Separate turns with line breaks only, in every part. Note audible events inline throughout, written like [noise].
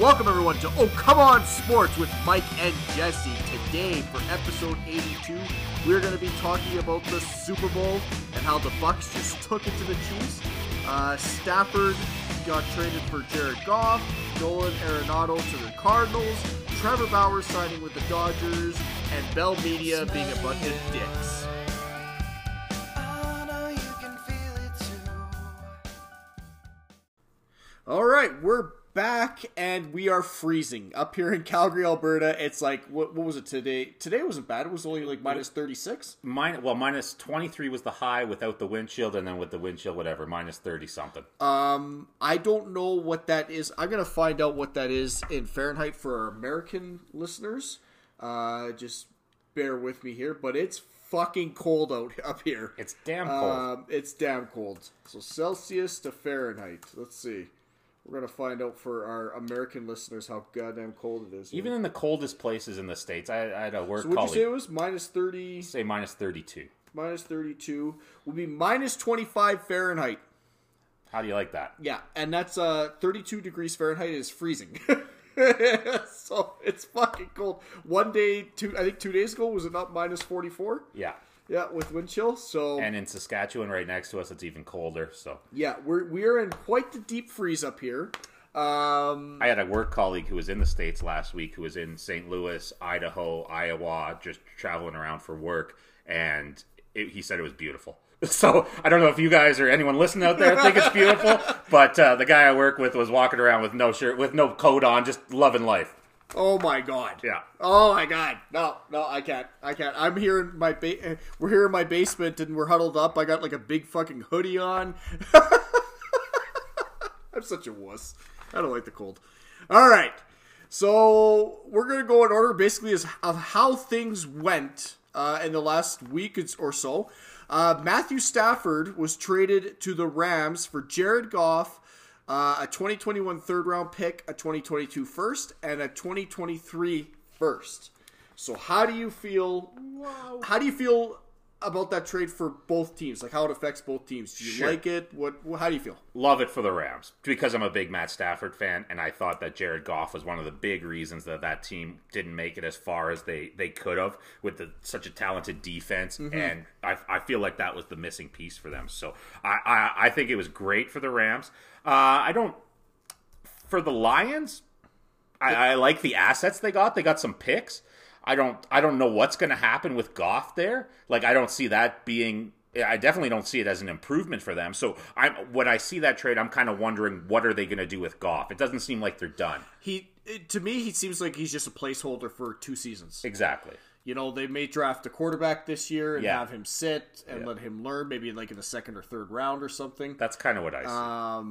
Welcome everyone to Oh Come On Sports with Mike and Jesse. Today for episode 82, we're going to be talking about the Super Bowl and how the Bucks just took it to the Chiefs. Uh, Stafford got traded for Jared Goff, Nolan Arenado to the Cardinals, Trevor Bauer signing with the Dodgers, and Bell Media being a bunch of dicks. All right, we're back and we are freezing up here in Calgary, Alberta. It's like what, what was it today? Today wasn't bad. It was only like minus thirty six.
Mine, well, minus 23 was the high without the windshield, and then with the windshield, whatever, minus 30 something.
Um, I don't know what that is. I'm gonna find out what that is in Fahrenheit for our American listeners. Uh, just bear with me here, but it's fucking cold out [laughs] up here.
It's damn cold.
Um, it's damn cold. So Celsius to Fahrenheit. Let's see. We're gonna find out for our American listeners how goddamn cold it is.
Even in the coldest places in the States, I, I had a work
so would you
colleague
say it was minus thirty,
say minus 32.
minus thirty-two? Would be minus twenty-five Fahrenheit.
How do you like that?
Yeah, and that's uh 32 degrees Fahrenheit is freezing. [laughs] so it's fucking cold. One day, two I think two days ago was it not minus 44?
Yeah.
Yeah, with wind chill. So
And in Saskatchewan, right next to us, it's even colder. So
yeah, we're we are in quite the deep freeze up here. Um,
I had a work colleague who was in the States last week who was in St. Louis, Idaho, Iowa, just traveling around for work, and it, he said it was beautiful. [laughs] So I don't know if you guys or anyone listening out there think it's beautiful, but uh, the guy I work with was walking around with no shirt, with no coat on, just loving life.
oh my god.
Yeah.
Oh my god. No, no, I can't. I can't. I'm here in my ba- eh, we're here in my basement and we're huddled up. I got like a big fucking hoodie on. [laughs] I'm such a wuss. I don't like the cold. All right. So we're gonna go in order, basically, as of how things went uh, in the last week or so. Uh, Matthew Stafford was traded to the Rams for Jared Goff, uh, a 2021 third round pick, a 2022 first, and a 2023 first. So how do you feel? How do you feel about that trade for both teams? Like how it affects both teams? Do you
Sure.
like it? What? How do you feel?
Love it for the Rams because I'm a big Matt Stafford fan, and I thought that Jared Goff was one of the big reasons that that team didn't make it as far as they, they could have with the, such a talented defense. And I, I feel like that was the missing piece for them. So I, I, I think it was great for the Rams. Uh, I don't for the Lions. I, I like the assets they got. They got some picks. I don't I don't know what's going to happen with Goff there. Like I don't see that being I definitely don't see it as an improvement for them. So I'm when I see that trade, I'm kind of wondering what are they going to do with Goff? It doesn't seem like they're done.
he it- to me he seems like he's just a placeholder for two seasons
Exactly.
you know they may draft a quarterback this year and
Yeah.
have him sit and let him learn maybe like in the second or third round or something
That's kind of what I see.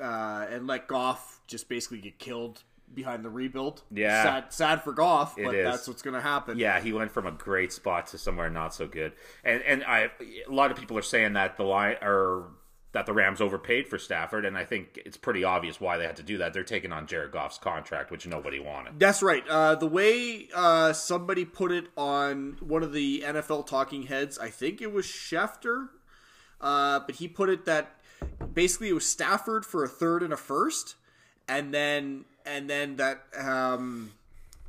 uh, and let goff just basically get killed behind the rebuild
Yeah.
sad, sad for goff but
is.
that's what's gonna happen
Yeah, he went from a great spot to somewhere not so good. And and I a lot of people are saying that the line or that the Rams overpaid for Stafford, and I think it's pretty obvious why they had to do that. They're taking on Jared Goff's contract, which nobody wanted.
That's right. Uh, the way uh, somebody put it on one of the NFL talking heads, I think it was Schefter, uh, but he put it that basically it was Stafford for a third and a first, and then and then that um,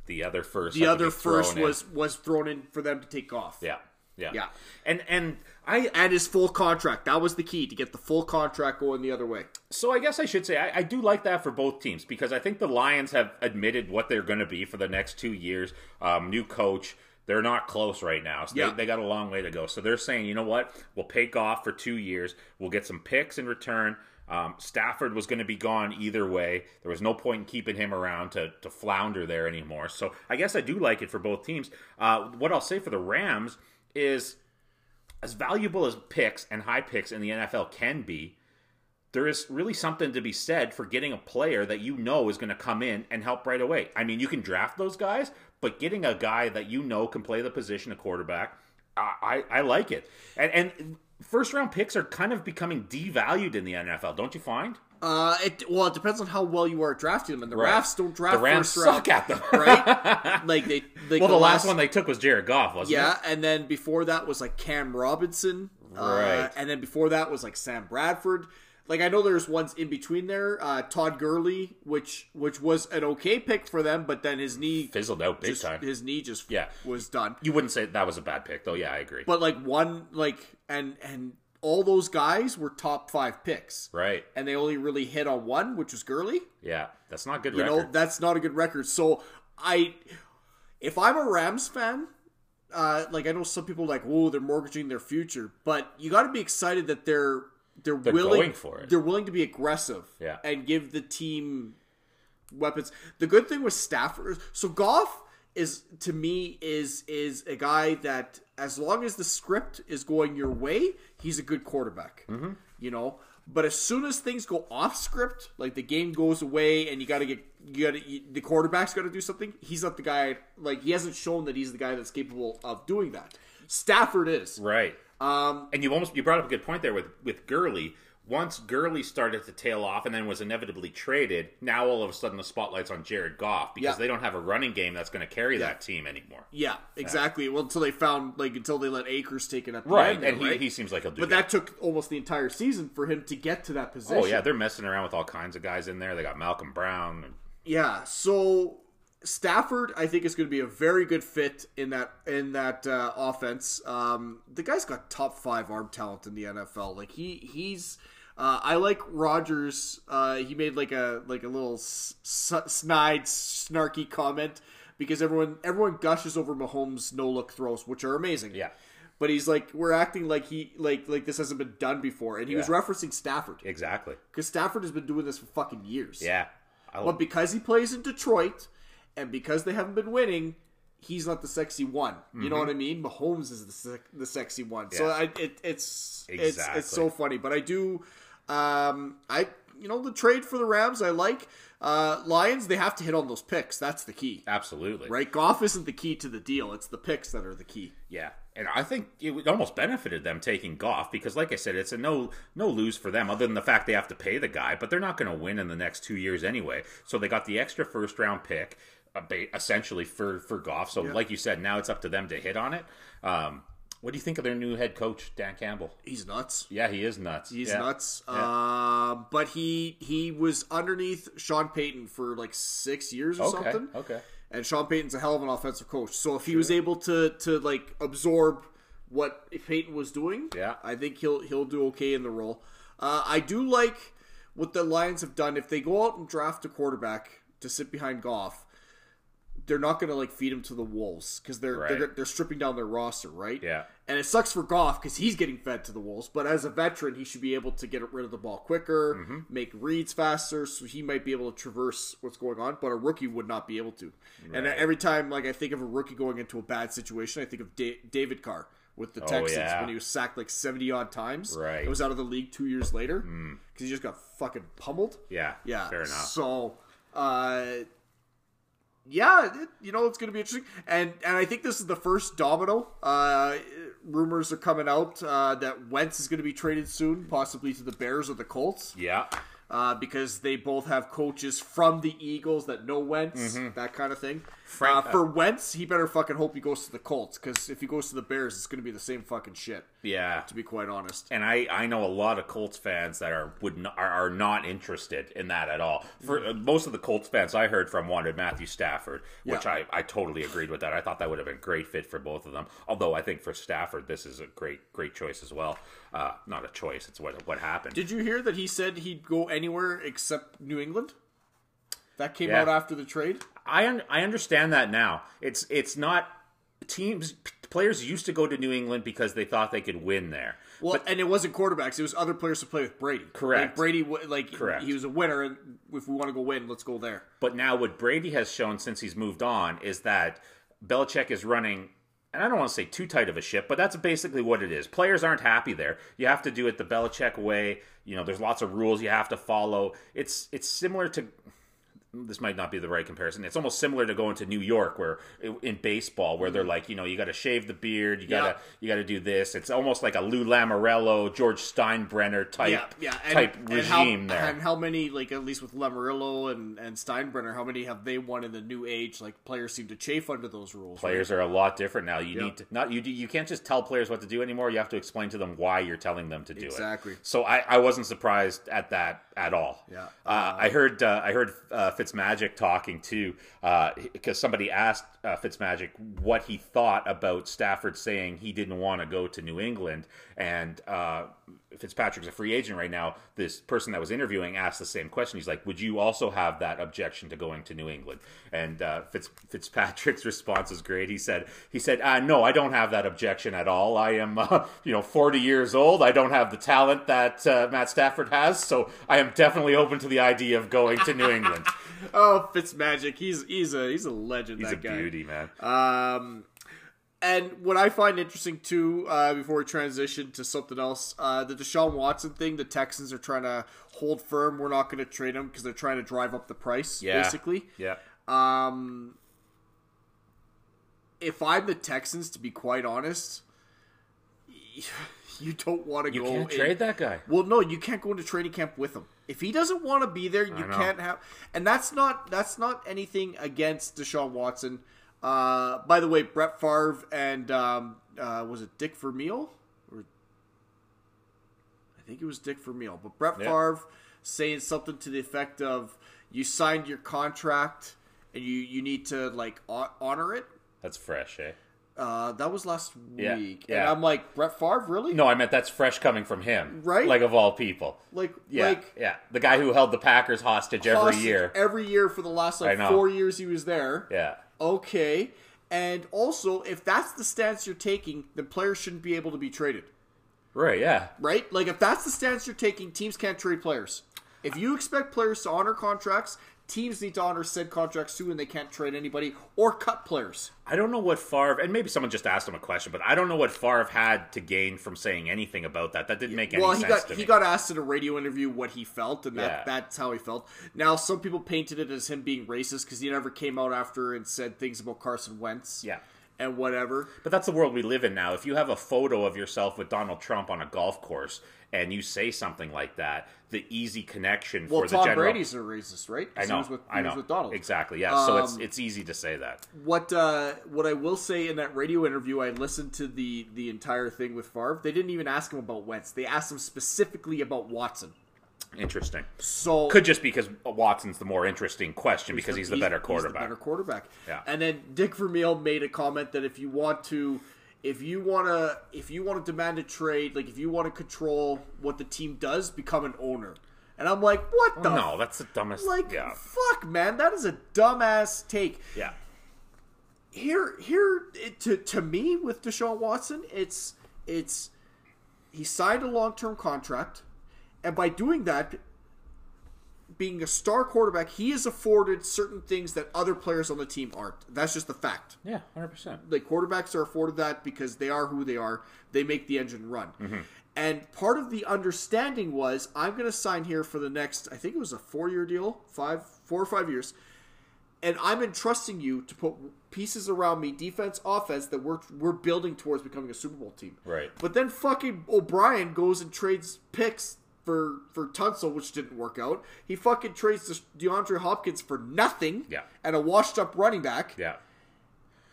The other first,
the
had to be
other first
thrown in.
was was thrown in for them to take off.
yeah, yeah,
Yeah.
and and I
And his full contract. That was the key to get the full contract going the other way.
So I guess I should say I, I do like that for both teams because I think the Lions have admitted what they're going to be for the next two years. Um, new coach, they're not close right now. So
Yeah.
they, they got a long way to go. So they're saying, you know what, we'll pay Goff for two years. We'll get some picks in return. Um, Stafford was going to be gone either way. There was no point in keeping him around to, to flounder there anymore. So I guess I do like it for both teams. Uh, what I'll say for the Rams is as valuable as picks and high picks in the NFL can be there is really something to be said for getting a player that you know is going to come in and help right away. I mean, you can draft those guys, but getting a guy that you know can play the position of quarterback, I, I, I like it. And, and first round picks are kind of becoming devalued in the NFL, don't you find?
Uh, it well, it depends on how well you are at drafting them, and the
Right.
Rams don't draft
The Rams
first round,
suck at them.
right?
[laughs]
Like they, like
Well, the, last, one they took was Jared Goff, wasn't it?
Yeah, and then before that was like Cam Robinson, uh,
Right.
and then before that was like Sam Bradford. Like I know there's ones in between there. Uh, Todd Gurley, which which was an okay pick for them, but then his knee
Fizzled out big
just,
time.
his knee just
Yeah.
was done.
You wouldn't say that was a bad pick, though. Yeah, I agree.
But like one like and and all those guys were top five picks,
right.
and they only really hit on one, which was Gurley.
Yeah. That's not good
You
record.
know that's not a good record. So I, if I'm a Rams fan. Uh, like I know some people are like, oh, they're mortgaging their future, but you got to be excited that they're they're, willing
going for it.
They're willing to be aggressive,
Yeah.
and give the team weapons. The good thing with Stafford, so Goff is to me is is a guy that as long as the script is going your way, he's a good quarterback.
Mm-hmm.
You know, but as soon as things go off script, like the game goes away and you got to get you got to the quarterback's got to do something. He's not the guy. Like he hasn't shown that he's the guy that's capable of doing that. Stafford is.
Right. Um, and you almost you brought up a good point there with with Gurley. Once Gurley started to tail off and then was inevitably traded, now all of a sudden the spotlight's on Jared Goff because
Yeah.
they don't have a running game that's going to carry that team anymore.
Yeah, exactly. Well, until they found like until they let Akers take it up. the end there,
And he,
right?
he seems like he'll do
But
that.
that took almost the entire season for him to get to that position.
Oh yeah, they're messing around with all kinds of guys in there. They got Malcolm Brown. And,
yeah. So Stafford, I think, is going to be a very good fit in that in that uh, offense. Um, the guy's got top five arm talent in the NFL. Like he he's. Uh, I like Rogers. Uh, he made like a like a little s- s- snide, snarky comment because everyone everyone gushes over Mahomes' no look throws, which are amazing.
Yeah.
but he's like we're acting like he like like this hasn't been done before, and he was
Yeah.
referencing Stafford.
exactly.
Because Stafford has been doing this for fucking years.
Yeah. I
But because he plays in Detroit and because they haven't been winning, he's not the sexy one. You know what I mean? Mahomes is the, sec- the sexy one. So
Mm-hmm. Yeah.
I, it, it's, it's
Exactly.
it's so funny. But I do, um, I you know the trade for the Rams I like. Uh, Lions they have to hit on those picks. That's the key,
absolutely.
right? Golf isn't the key to the deal. It's the picks that are the key.
Yeah, and I think it would- almost benefited them taking Goff because, like I said, it's a no no lose for them other than the fact they have to pay the guy, but they're not going to win in the next two years anyway. So they got the extra first round pick a ba- essentially for for Goff. So, like you said, now it's up to them to hit on it. Um, what do you think of their new head coach Dan Campbell?
He's nuts.
Yeah, he is nuts.
He's
Yeah.
nuts. Um, but he he was underneath Sean Payton for like six years or
Okay,
uh, something.
okay.
And Sean Payton's a hell of an offensive coach. So if he was able to to like absorb what Payton was doing,
Yeah.
I think he'll he'll do okay in the role. Uh, I do like what the Lions have done. If they go out and draft a quarterback to sit behind Goff, they're not going to like feed him to the wolves because they're, they're
Right.
they're stripping down their roster, right?
Yeah.
And it sucks for Goff because he's getting fed to the wolves. But as a veteran, he should be able to get rid of the ball quicker,
Mm-hmm.
make reads faster, so he might be able to traverse what's going on. But a rookie would not be able to. And every time, like I think of a rookie going into a bad situation, I think of da- David Carr with the Texans
Oh, yeah.
when he was sacked like seventy odd times.
Right. Mm.
It was out of the league two years later because he just got fucking pummeled.
Yeah,
Yeah.
fair enough.
So, uh, yeah, it, you know it's going to be interesting, and and I think this is the first domino. Uh, rumors are coming out uh, that Wentz is going to be traded soon, possibly to the Bears or the Colts,
yeah,
uh, because they both have coaches from the Eagles that know Wentz, that kind of thing.
Mm-hmm. Frank-
uh, for Wentz, he better fucking hope he goes to the Colts, because if he goes to the Bears, it's going to be the same fucking shit.
yeah.
To be quite honest,
and I, I know a lot of Colts fans that are would not, are, are not interested in that at all. For uh, most of the Colts fans I heard from wanted Matthew Stafford, which
Mm-hmm. Yeah.
I, I totally agreed with that. I thought that would have been a great fit for both of them. Although I think for Stafford this is a great great choice as well. Uh, not a choice, it's what what happened.
Did you hear that he said he'd go anywhere except New England? That came
Yeah.
out after the trade.
I un- I understand that now. It's it's not teams p- players used to go to New England because they thought they could win there.
Well, and it wasn't quarterbacks; it was other players to play with Brady.
Correct.
Like Brady, wa- like
Correct.
he was a winner, and if we want to go win, let's go there.
But now what Brady has shown since he's moved on is that Belichick is running and I don't want to say too tight of a ship, but that's basically what it is. Players aren't happy there. You have to do it the Belichick way. You know, there's lots of rules you have to follow. It's it's similar to this might not be the right comparison. It's almost similar to going to New York, where in baseball, where they're like, you know, you got to shave the beard, you gotta
Mm-hmm. Yeah.
you gotta do this. It's almost like a Lou Lamorello, George Steinbrenner type
yeah, yeah, and,
type
and how-
regime there.
And how many, like at least with Lamarillo and and Steinbrenner, how many have they won in the new age? Like players seem to chafe under those rules. right?
players are a lot different now. You need to not you do- you can't just tell players what to do anymore. You have to explain to them why you're telling them to do it.
Exactly.
So I, I wasn't surprised at that at all.
Yeah.
Uh, I heard uh, I heard uh, Fitzmagic talking too uh, because somebody asked uh, Fitzmagic what he thought about Stafford saying he didn't want to go to New England and uh, Fitzpatrick's a free agent right now. This person that was interviewing asked the same question. He's like, "Would you also have that objection to going to New England?" And uh, Fitz, Fitzpatrick's [laughs] response is great. He said, "He said, uh, no, I don't have that objection at all. I am, uh, you know, 40 years old. I don't have the talent that uh, Matt Stafford has, so I am definitely open to the idea of going to
[laughs]
New England."
Oh, Fitzmagic, he's he's a he's a legend.
He's
that
a
guy.
beauty, man.
Um, and what I find interesting too, uh, before we transition to something else, uh, the Deshaun Watson thing, the Texans are trying to hold firm. We're not going to trade him because they're trying to drive up the price,
yeah,
basically.
yeah.
Um, if I'm the Texans, to be quite honest, [laughs] you don't want to
You
go
can't
in-
trade that guy.
well, no, you can't go into training camp with him. If he doesn't want to be there, you
know.
can't have. And that's not that's not anything against Deshaun Watson. Uh, by the way, Brett Favre and um, uh, was it Dick Vermeil? Or I think it was Dick Vermeil, but Brett
Yeah.
Favre saying something to the effect of, "You signed your contract, and you you need to like hon- honor it."
That's fresh, eh?
Uh, that was last
Yeah,
week, and
yeah.
I'm like, Brett Favre, really?
No, I meant that's fresh coming from him,
Right?
Like of all people.
like,
Yeah,
like
yeah. The guy who held the Packers hostage every
hostage
year.
Every year for the last like
I know.
four years he was there.
yeah.
Okay. And also, if that's the stance you're taking, then players shouldn't be able to be traded,
Right, yeah.
right? Like if that's the stance you're taking, teams can't trade players. If you expect players to honor contracts, teams need to honor said contracts too, and they can't trade anybody or cut players.
I don't know what Favre, and maybe someone just asked him a question, but I don't know what Favre had to gain from saying anything about that. That didn't make any
well, he
sense
got
to
he
me.
got asked in a radio interview what he felt, and that,
Yeah.
that's how he felt. Now, some people painted it as him being racist because he never came out after and said things about Carson Wentz,
Yeah.
and whatever.
but that's the world we live in now. If you have a photo of yourself with Donald Trump on a golf course and you say something like that, the easy connection
Well,
for
Tom
the general.
Brady's a racist, right? 'Cause
I know.
He was with, he
I know.
was with Donald.
Exactly. Yeah. so it's
Um,
it's easy to say that.
What uh, what I will say in that radio interview, I listened to the the entire thing with Favre. They didn't even ask him about Wentz. They asked him specifically about Watson.
Interesting.
So
Could just because Watson's the more interesting question because he's the better quarterback.
better quarterback.
Yeah.
And then Dick Vermeil made a comment that if you want to, if you want to, if you want to demand a trade, like if you want to control what the team does, become an owner. And I'm like, what the
no, that's the dumbest.
Like,
yeah.
fuck, man, that is a dumbass take. [laughs]
Yeah.
Here, here, it, to to me with Deshaun Watson, it's it's he signed a long term contract, and by doing that, being a star quarterback, he is afforded certain things that other players on the team aren't. That's just the fact.
Yeah. Hundred percent.
The quarterbacks are afforded that because they are who they are. They make the engine run.
Mm-hmm.
And part of the understanding was I'm going to sign here for the next, I think it was a four year deal, five, four or five years. And I'm entrusting you to put pieces around me, defense, offense, that we're, we're building towards becoming a Super Bowl team.
Right.
But then fucking O'Brien goes and trades picks for for Tunsil, which didn't work out. He fucking trades this DeAndre Hopkins for nothing
Yeah.
and a washed up running back
Yeah.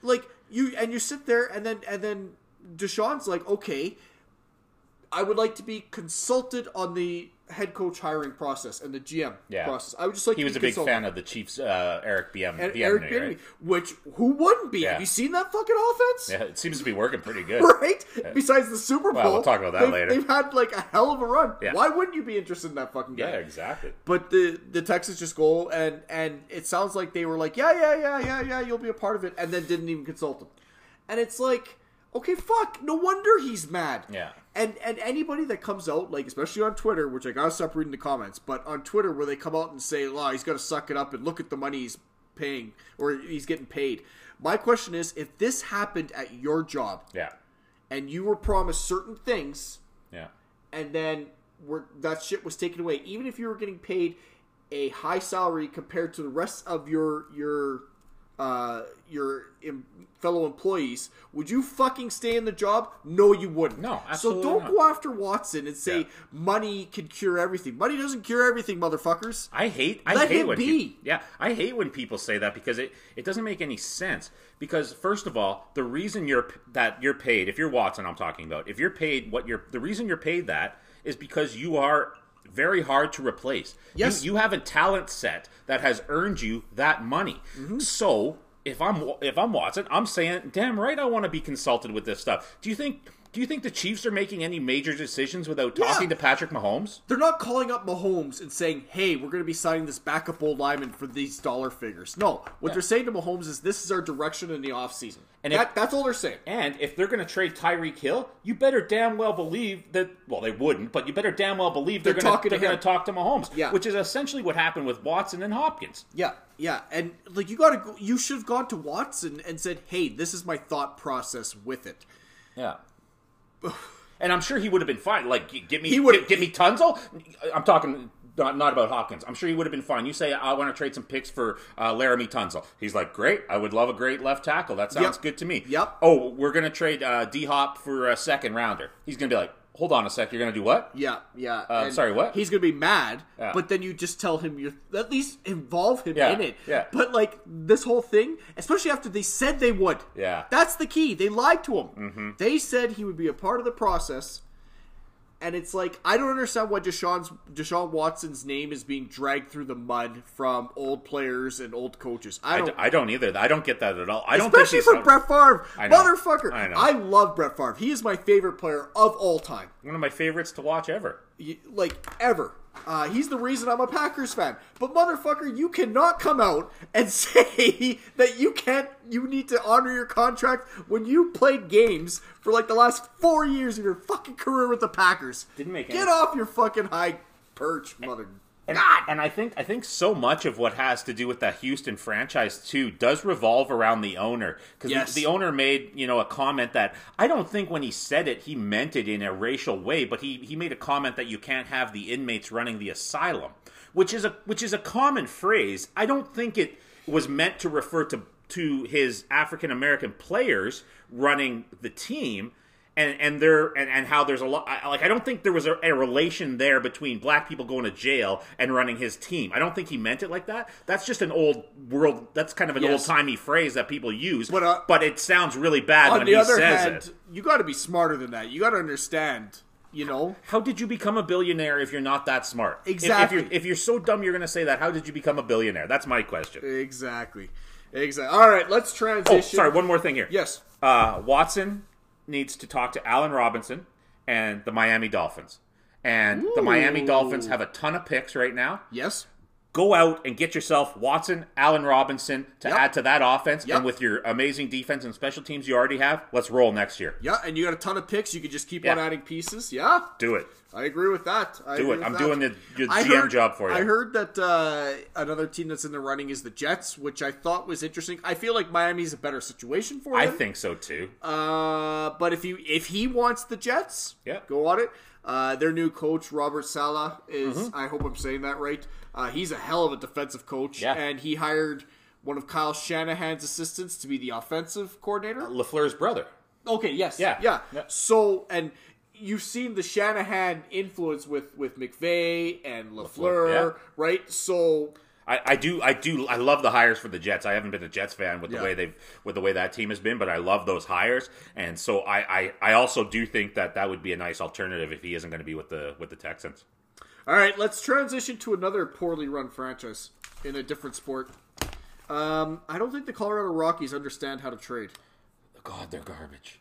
like you and you sit there and then and then Deshaun's like, okay, I would like to be consulted on the head coach hiring process and the GM
Yeah.
process. I would just like
He
to
was
be
a big
consulted.
fan of the Chiefs, uh, Eric Bieniemy.
And Eric
Bieniemy, right?
Bieniemy, which who wouldn't be?
Yeah.
Have you seen that fucking offense?
Yeah, it seems to be working pretty good.
[laughs] Right. Besides the Super Bowl,
Well, we'll talk about that
they've-
later.
They've had like a hell of a run.
Yeah.
Why wouldn't you be interested in that fucking guy?
yeah, exactly.
But the the Texans just go and and it sounds like they were like, yeah, yeah, yeah, yeah, yeah, you'll be a part of it, and then didn't even consult him. And it's like, okay, fuck. No wonder he's mad.
Yeah.
And and anybody that comes out like, especially on Twitter, which I gotta stop reading the comments, but on Twitter where they come out and say, "Law, he's gotta suck it up and look at the money he's paying or he's getting paid." My question is, if this happened at your job
Yeah,
and you were promised certain things
yeah,
and then were, that shit was taken away. Even if you were getting paid a high salary compared to the rest of your your uh, your em- fellow employees, would you fucking stay in the job? No, you wouldn't.
No,
So
absolutely
don't
not.
go after Watson and say
Yeah.
money can cure everything. Money doesn't cure everything, motherfuckers.
I hate. I
Let
hate
him
when
be.
peop- yeah, I hate when people say that because it, it doesn't make any sense. Because first of all, the reason you're p- that you're paid, if you're Watson, I'm talking about, if you're paid what you're, the reason you're paid that is because you are very hard to replace. You-
Yes.
you, have a talent set that has earned you that money.
Mm-hmm.
So if I'm Wa- if I'm Watson, I'm saying, damn right, I want to be consulted with this stuff. Do you think? Do you think the Chiefs are making any major decisions without
Yeah.
talking to Patrick Mahomes?
They're not calling up Mahomes and saying, "Hey, we're going to be signing this backup old lineman for these dollar figures." No, what they're saying to Mahomes is, "This is our direction in the offseason.
And
that,
if-
that's all they're saying.
And if they're going to trade Tyreek Hill, you better damn well believe that. Well, they wouldn't, but you better damn well believe they're,
They're
going
talking
to
to
they're going
him.
to talk to Mahomes,
Yeah.
which is essentially what happened with Watson and Hopkins.
Yeah, yeah, and like you gotta, go, you should have gone to Watson and said, "Hey, this is my thought process with it."
Yeah. and I'm sure he would have been fine. Like, g- give me,
He would-
give, give me Tunzel. I'm talking not, not about Hopkins. I'm sure he would have been fine. You say I want to trade some picks for uh, Laramie Tunzel. He's like, great. I would love a great left tackle. That sounds
Yep.
good to me.
Yep.
Oh, we're going to trade uh, D Hop for a second rounder. He's going to be like, hold on a sec. You're going to do what?
Yeah, yeah.
Uh,
and
sorry, what?
He's gonna be mad,
Yeah.
but then you just tell him you're at least involve him
Yeah,
in it.
yeah.
But like this whole thing, especially after they said they would.
Yeah. Mm-hmm.
That's the key. They lied to him. They said he would be a part of the process. And it's like I don't understand why Deshaun's Deshaun Watson's name is being dragged through the mud from old players and old coaches. I
I
don't
d- I don't either. I don't get that at all. I don't
Especially
think
for
he's
Brett Favre,
I know.
motherfucker!
I know.
love Brett Favre. He is my favorite player of all time,
one of my favorites to watch ever.
Y- like ever. Uh, he's the reason I'm a Packers fan. But motherfucker, you cannot come out and [laughs] say that you can't. You need to honor your contract when you played games for like the last four years of your fucking career with the Packers.
Didn't make
Get
any-
off your fucking high perch, mother.
And,
God.
and I think I think so much of what has to do with the Houston franchise too does revolve around the owner because
Yes.
the, owner made you know a comment that I don't think when he said it he meant it in a racial way, but he he made a comment that you can't have the inmates running the asylum, which is a which is a common phrase. I don't think it was meant to refer to to his African American players running the team. and and there and, and how there's a lot I- like I don't think there was a, a relation there between black people going to jail and running his team. I don't think he meant it like that. That's just an old world. That's kind of an
Yes.
old timey phrase that people use,
But,
but,
uh,
it sounds really bad
On
when
the
he
other
says
hand,
it.
you got to be smarter than that. You got to understand. You know.
How did you become a billionaire if you're not that smart? If-
Exactly.
If, you're, if you're so dumb, you're going to say that. How did you become a billionaire? That's my question.
Exactly. Exactly. All right, let's transition.
Oh, sorry. One more thing here.
Yes.
uh, Watson needs to talk to Allen Robinson and the Miami Dolphins. And the Miami Dolphins have a ton of picks right now.
Yes.
Go out and get yourself Watson, Allen Robinson to
Yep.
add to that offense.
Yep.
And with your amazing defense and special teams you already have, let's roll next year.
Yeah, and you got a ton of picks. You could just keep on
Yeah.
adding pieces. Yeah,
Do it.
I agree with that. I
Do
agree
it.
with
I'm
that.
doing the, the
I
GM
heard-
job for you.
I heard that uh, another team that's in the running is the Jets, which I thought was interesting. I feel like Miami's a better situation for
I
them.
think so too.
Uh, but if you if he wants the Jets,
Yeah.
go on it. Uh, their new coach Robert Sala is. I hope I'm saying that right. Uh, he's a hell of a defensive coach,
Yeah.
and he hired one of Kyle Shanahan's assistants to be the offensive coordinator.
LaFleur's brother.
Okay, yes.
Yeah.
Yeah.
Yeah.
So and you've seen the Shanahan influence with with McVay and LaFleur,
yeah.
right? So
I, I do I do I love the hires for the Jets. I haven't been a Jets fan with the
Yeah.
way they've with the way that team has been, but I love those hires. And so I, I, I also do think that that would be a nice alternative if he isn't going to be with the with the Texans.
all right, let's transition to another poorly run franchise in a different sport. Um, I don't think the Colorado Rockies understand how to trade.
God, they're garbage.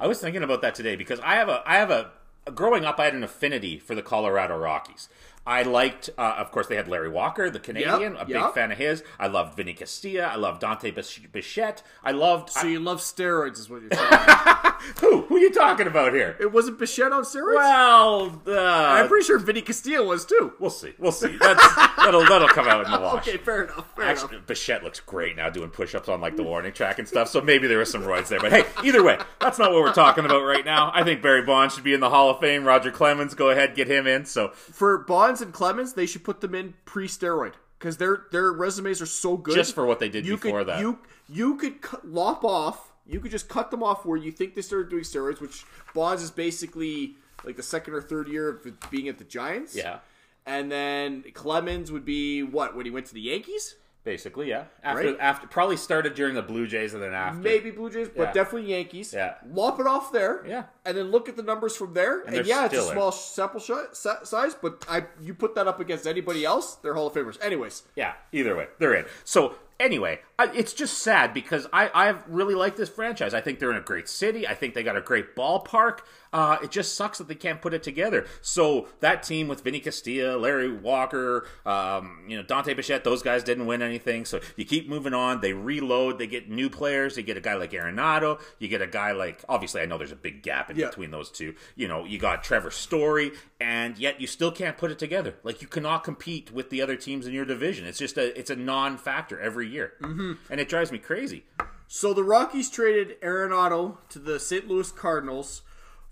I was thinking about that today because I have a I have a growing up I had an affinity for the Colorado Rockies. I liked, uh, of course, they had Larry Walker, the Canadian, a big
yep.
fan of his. I loved Vinny Castilla. I loved Dante Bich- Bichette. I loved
So you love steroids, is what you're saying?
who? Who are you talking about here?
it wasn't Bichette on steroids.
Well, uh,
I'm pretty sure Vinny Castillo was too.
We'll see. We'll see. That's, that'll that'll come out
[laughs]
in the wash.
Okay, fair enough. Fair enough.
Actually, Bichette looks great now doing push-ups on like the warning track and stuff. So maybe there was some roids there. But hey, either way, that's not what we're talking about right now. I think Barry Bonds should be in the Hall of Fame. Roger Clemens, go ahead, get him in. So
For Bonds, Bonds and Clemens, they should put them in pre-steroid because their their resumes are so good.
Just for what they did
you
before
could,
that.
you you could cut, lop off. You could just cut them off where you think they started doing steroids, which Bonds is basically like the second or third year of being at the Giants.
yeah.
and then Clemens would be what when he went to the Yankees,
Basically, yeah. After
Right?
after probably started during the Blue Jays and then after.
maybe Blue Jays,
Yeah.
but definitely Yankees.
Yeah.
lop it off there.
Yeah.
and then look at the numbers from there. And,
they're
yeah, it's a
still in.
small sample shi- si- size, but I you put that up against anybody else, they're Hall of Famers. Anyways,
Yeah, either way, they're in. So anyway, I, it's just sad because I I really like this franchise. I think they're in a great city. I think they got a great ballpark. Uh, it just sucks that they can't put it together. So that team with Vinny Castilla, Larry Walker, um, you know Dante Bichette, those guys didn't win anything. So you keep moving on. They reload. They get new players. They get a guy like Arenado. You get a guy like obviously I know there's a big gap in
Yeah.
between those two. You know you got Trevor Story, and yet you still can't put it together. Like you cannot compete with the other teams in your division. It's just a it's a non-factor every year, mm-hmm. and it drives me crazy.
So the Rockies traded Arenado to the St. Louis Cardinals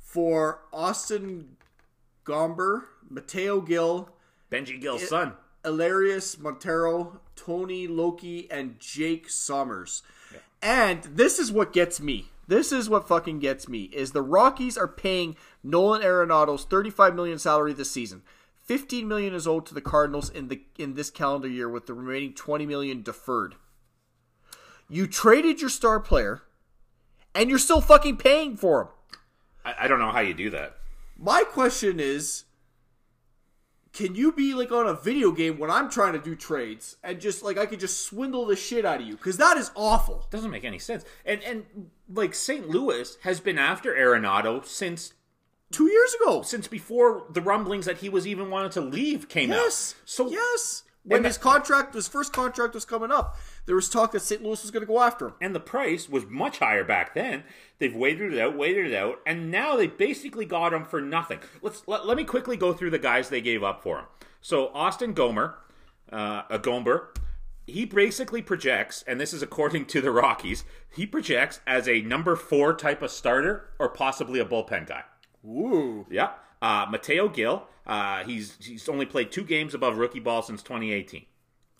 for Austin Gomber, Mateo Gill,
Benji Gill's son.
Hilarious Montero, Tony Loki, and Jake Summers. And this is what gets me. This is what fucking gets me is the Rockies are paying Nolan Arenado's 35 million salary this season. 15 million is owed to the Cardinals in the in this calendar year with the remaining 20 million deferred. You traded your star player and you're still fucking paying for him.
I, I don't know how you do that.
My question is can you be like on a video game when I'm trying to do trades and just like I could just swindle the shit out of you? Because that is awful.
Doesn't make any sense. And and like St. Louis has been after Arenado since
Two years ago.
since before the rumblings that he was even wanted to leave came out.
Yes.
So
yes. When
And
his contract, his first contract was coming up, there was talk that St. Louis was going to go after him.
and the price was much higher back then. They've waited it out, waited it out, and now they basically got him for nothing. Let's let, let me quickly go through the guys they gave up for him. So Austin Gomer, uh, a Gomber, he basically projects, and this is according to the Rockies, he projects as a number four type of starter or possibly a bullpen guy.
Ooh.
Yeah. Uh, Mateo Gill, uh, he's he's only played two games above rookie ball since 2018.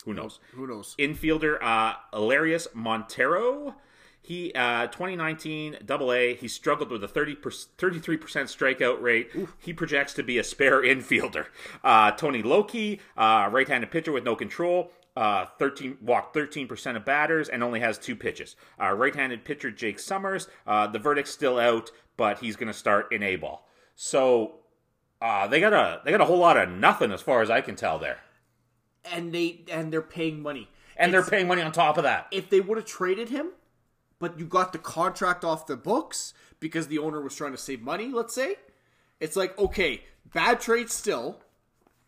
Who knows?
Who knows?
infielder uh, Hilarious Montero. He uh, 2019 Double A. He struggled with a 30 33 percent strikeout rate. He projects to be a spare [laughs] infielder. Uh, Tony Loki, uh, right-handed pitcher with no control. Uh, 13 walked 13 percent of batters and only has two pitches. Uh, right-handed pitcher Jake Summers. Uh, the verdict's still out, but he's going to start in A ball. So uh, they got a they got a whole lot of nothing as far as I can tell there,
And they and they're paying money.
and they're paying money on top of that.
If they would have traded him, but you got the contract off the books because the owner was trying to save money, let's say, it's like okay, bad trade still,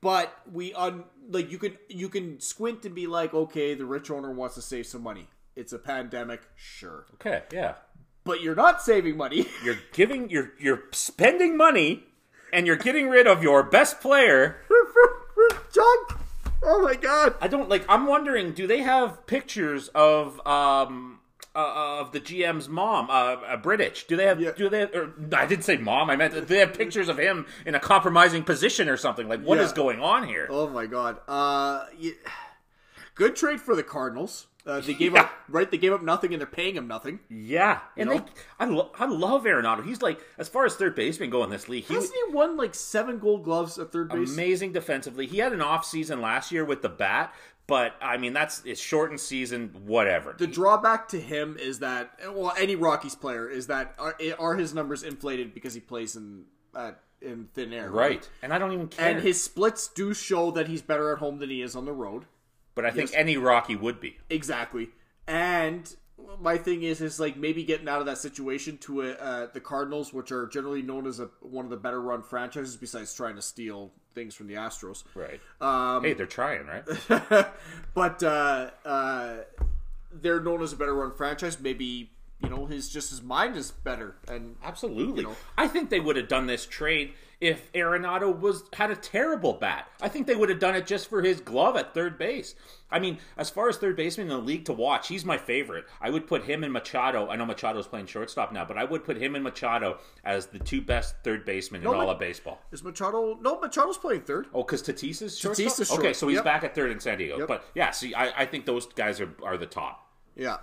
but we un like you can you can squint and be like, okay, the rich owner wants to save some money. It's a pandemic, sure,
Okay, yeah.
but you're not saving money. [laughs]
You're giving you're you're spending money and you're getting rid of your best player.
John, oh my god.
I don't like I'm wondering do they have pictures of um uh, of the GM's mom, uh, uh British. Do they have?
Yeah.
Do they? Or, I didn't say mom. I meant do they have pictures of him in a compromising position or something. Like what is
Yeah.
going on here?
Oh my god. Uh, ye- good trade for the Cardinals. Uh, they gave up right. They gave up nothing, and they're paying him nothing.
Yeah, and
know?
they, I lo- I love Arenado. He's like as far as third baseman go in this league. He,
Hasn't he won like seven Gold Gloves at third base?
amazing defensively. He had an off season last year with the bat, but I mean that's it's shortened season, whatever.
the drawback to him is that well, any Rockies player is that are, eh, are his numbers inflated because he plays in uh, in thin air,
right, and I don't even care.
And his splits do show that he's better at home than he is on the road.
but I think any Rocky would be.
Exactly. And my thing is, is like maybe getting out of that situation to uh, uh, the Cardinals, which are generally known as a, one of the better run franchises, besides trying to steal things from the Astros.
Right. Um, hey, they're
[laughs]
trying, right?
But uh, uh, they're known as a better run franchise. Maybe you know his just his mind is better and
Absolutely.
You know.
I think they would have done this trade if Arenado was had a terrible bat. I think they would have done it just for his glove at third base. I mean, as far as third baseman in the league to watch, he's my favorite. I would put him and Machado. I know Machado's playing shortstop now, but I would put him and Machado as the two best third basemen in
but-
all of baseball.
is Machado no Machado's playing third.
Oh, because Tatis is shortstop.
Tatis is
Okay,
short,
so he's
yep.
back at third in San Diego.
Yep.
But yeah, see, I, I think those guys are are the top.
Yeah.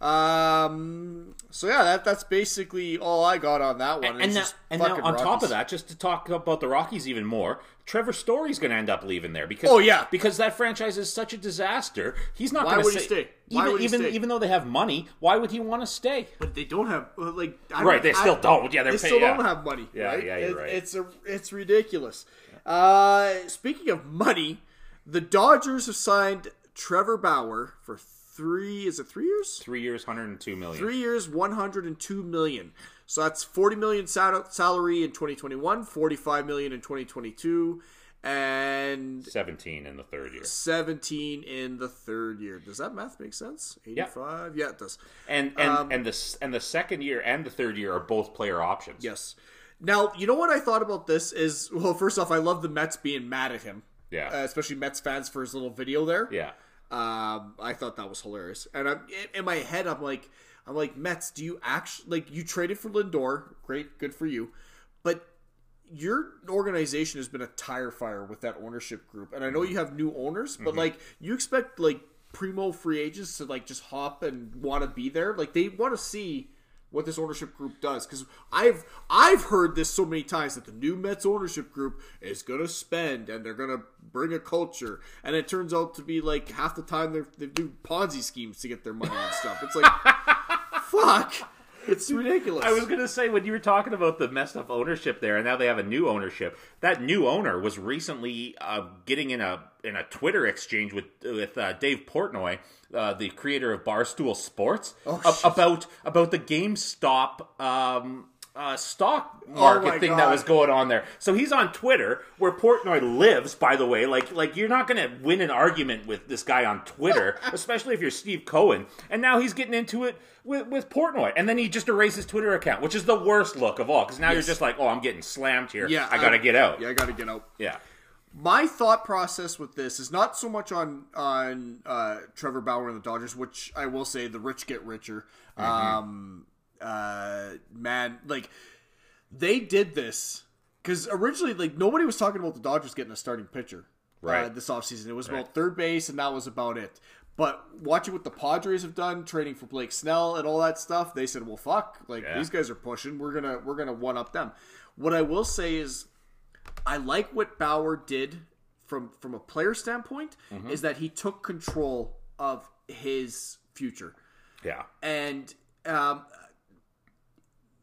Um. So yeah, that that's basically all I got on that one.
And,
It's
and, now-
just
and now,
fucking
on top
Rockies.
of that, just to talk about the Rockies even more, Trevor Story's going to end up leaving there because
Oh, yeah.
because that franchise is such a disaster. He's not.
Why
gonna
would he stay? Why
even
would he
even
stay?
even though they have money, why would he want to stay?
but they don't have uh, like I
Right,
don't-
they still
I-
don't. Yeah, they're
they
pay-
still
yeah.
don't have money.
Yeah,
right?
yeah, you're
It-
right.
It's a it's ridiculous. Uh, speaking of money, the Dodgers have signed Trevor Bauer for three. Is it three years?
Three years, hundred and two million.
Three years, one hundred and two million. So that's forty million sal- salary in 2021, 45 million in 2022, and
17 in the third year.
17 in the third year. Does that math make sense? 85? Yeah, it does.
And and
Um,
and the s- and the second year and the third year are both player options.
Yes. Now, you know what I thought about this is well, first off, I love the Mets being mad at him.
Yeah.
Uh, especially Mets fans for his little video there.
Yeah.
Um, I thought that was hilarious. And I'm in- in my head I'm like I'm like Mets, do you actually like you traded for Lindor, great, good for you. But your organization has been a tire fire with that ownership group. And I
Mm-hmm.
know you have new owners, but like you expect like primo free agents to like just hop and want to be there. Like they want to see what this ownership group does cuz I've I've heard this so many times that the new Mets ownership group is going to spend and they're going to bring a culture and it turns out to be like half the time they they do Ponzi schemes to get their money and stuff. It's
[laughs]
like fuck. It's ridiculous.
I was going to say when you were talking about the messed up ownership there, and now they have a new ownership. That new owner was recently uh, getting in a in a Twitter exchange with with uh, Dave Portnoy, uh, the creator of Barstool Sports, ab-
Oh, shit.
about about the GameStop. Um, uh, stock market
Oh my
thing that
God.
was going on there. So he's on Twitter, where Portnoy lives. By the way, like like you're not going to win an argument with this guy
[laughs]
on Twitter, especially if you're Steve Cohen. And now he's getting into it with, with Portnoy, and then he just erased his Twitter account, which is the worst look of all. Because now you're just like, oh, I'm getting slammed here.
yeah, uh,
I got to get out.
Yeah, I got to get out.
yeah.
my thought process with this is not so much on on uh, Trevor Bauer and the Dodgers, which I will say the rich get richer. Um, uh, man, like they did this because originally, like nobody was talking about the Dodgers getting a starting pitcher uh,
Right.
this offseason. It was about third base, and that was about it. But watching what the Padres have done, trading for Blake Snell and all that stuff, they said, "Well, fuck! Like
Yeah.
these guys are pushing. We're gonna we're gonna one up them." What I will say is, I like what Bauer did from from a player standpoint
Mm-hmm.
is that he took control of his future
Yeah.
and um,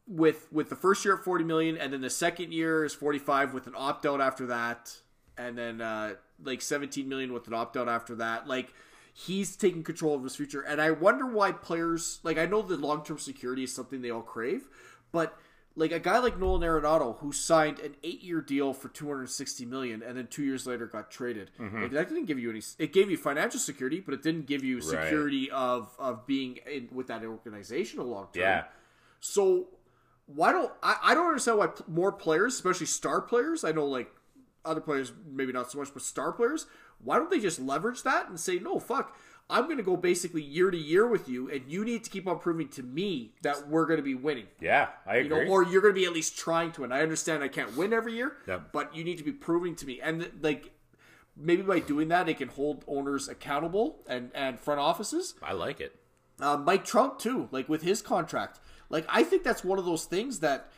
with with the first year at 40 million and then the second year is 45 with an opt out after that and then uh, like 17 million with an opt out after that like he's taking control of his future and i wonder why players like i know that long-term security is something they all crave but like a guy like Nolan Arenado who signed an 8-year deal for 260 million and then 2 years later got traded. Like that didn't give you any it gave you financial security but it didn't give you security security of of being in, with that organization a long term.
Yeah.
So why don't I, I don't understand why p- more players, especially star players, I know like other players maybe not so much, but star players, why don't they just leverage that and say no fuck. I'm going to go basically year to year with you, and you need to keep on proving to me that we're going to be winning.
Yeah. I
You know,
agree.
or you're going to be at least trying to win. I understand I can't win every year,
Yep.
but you need to be proving to me. And like, maybe by doing that, it can hold owners accountable and and front offices.
I like it.
Uh, Mike Trout too, like with his contract. Like I think that's one of those things that,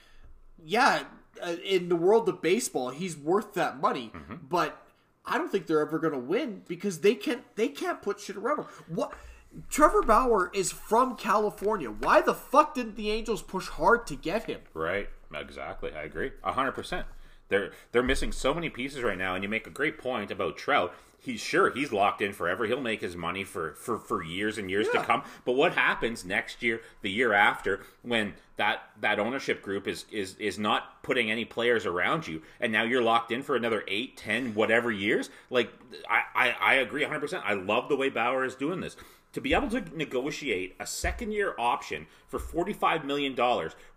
yeah, uh, in the world of baseball, he's worth that money,
Mm-hmm.
but I don't think they're ever going to win because they can't they can't put shit around him. What? Trevor Bauer is from California. Why the fuck didn't the Angels push hard to get him?
Right. Exactly. I agree. A hundred percent. They're they're missing so many pieces right now, and you make a great point about Trout. He's sure he's locked in forever. He'll make his money for for, for years and years
Yeah.
to come. But what happens next year, the year after, when that that ownership group is is is not putting any players around you, and now you're locked in for another eight, ten, whatever years? Like I I, I agree 100. percent I love the way Bauer is doing this. to be able to negotiate a second year option for $45 million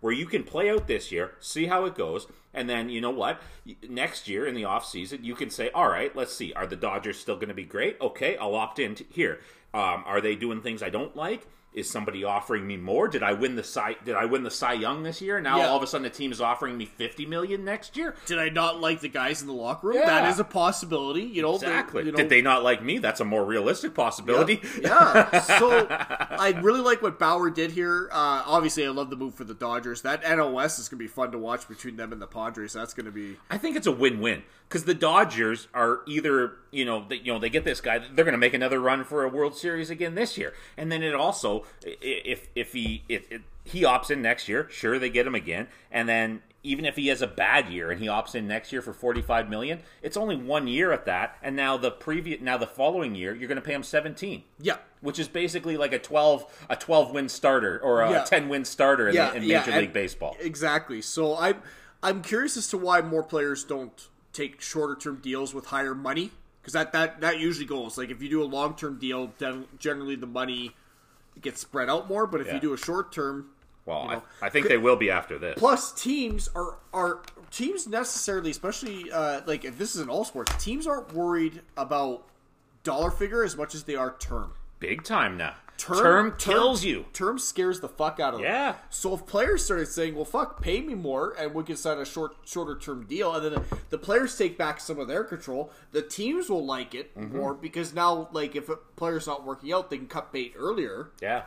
where you can play out this year, see how it goes, and then you know what? Next year in the offseason, you can say, all right, let's see. Are the Dodgers still going to be great? Okay, I'll opt in to here. Um, are they doing things I don't like? Is somebody offering me more? Did I win the Cy? Did I win the Cy Young this year? Now
Yeah.
all of a sudden the team is offering me fifty million next year.
Did I not like the guys in the locker room?
Yeah.
That is a possibility. You know, they-
Exactly.
you know-
Did they not like me? That's a more realistic possibility.
Yeah. So I really like what Bauer did here. Uh, obviously, I love the move for the Dodgers. That NOS is going to be fun to watch between them and the Padres. That's going to be
I think it's a win-win because the Dodgers are either you know they, you know they get this guy they're going to make another run for a World Series again this year, and then it also i- if if he if, if he opts in next year, sure they get him again, and then even if he has a bad year and he opts in next year for forty-five million, it's only one year at that, and now the previous now the following year you're going to pay him seventeen.
yeah,
Which is basically like a twelve a twelve win starter or a
Yeah.
ten win starter in,
yeah,
the, in
yeah,
Major
and-
League Baseball.
Exactly. So I'm I'm curious as to why more players don't take shorter term deals with higher money because that that that usually goes like if you do a long term deal, then generally the money gets spread out more. But if
Yeah.
you do a short term,
Well,
know.
I, I think they will be after this.
plus teams are are teams necessarily especially uh, like if this is an all sports teams aren't worried about dollar figure as much as they are term
Big time now. Term,
term,
kills you.
term scares the fuck out of them
Yeah.
so if players started saying well fuck pay me more and we can sign a short shorter term deal and then the players take back some of their control the teams will like it
Mm-hmm.
more because now like if a player's not working out they can cut bait earlier
Yeah.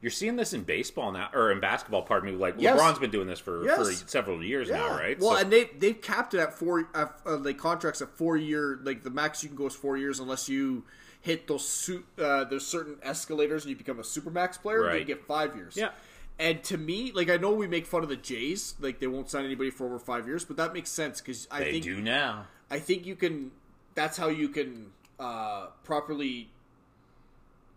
You're seeing this in baseball now, or in basketball, pardon me. Like,
Yes.
LeBron's been doing this for,
Yes.
for several years now, right?
Well,
So-
and they they've capped it at four uh, uh, like contracts at four year like the max you can go is four years unless you hit those su- uh, there's certain escalators and you become a supermax player
Right.
you get five years.
Yeah.
And to me, like I know we make fun of the Jays, like they won't sign anybody for over five years, but that makes sense because I
they
think
do now.
I think you can. That's how you can uh, properly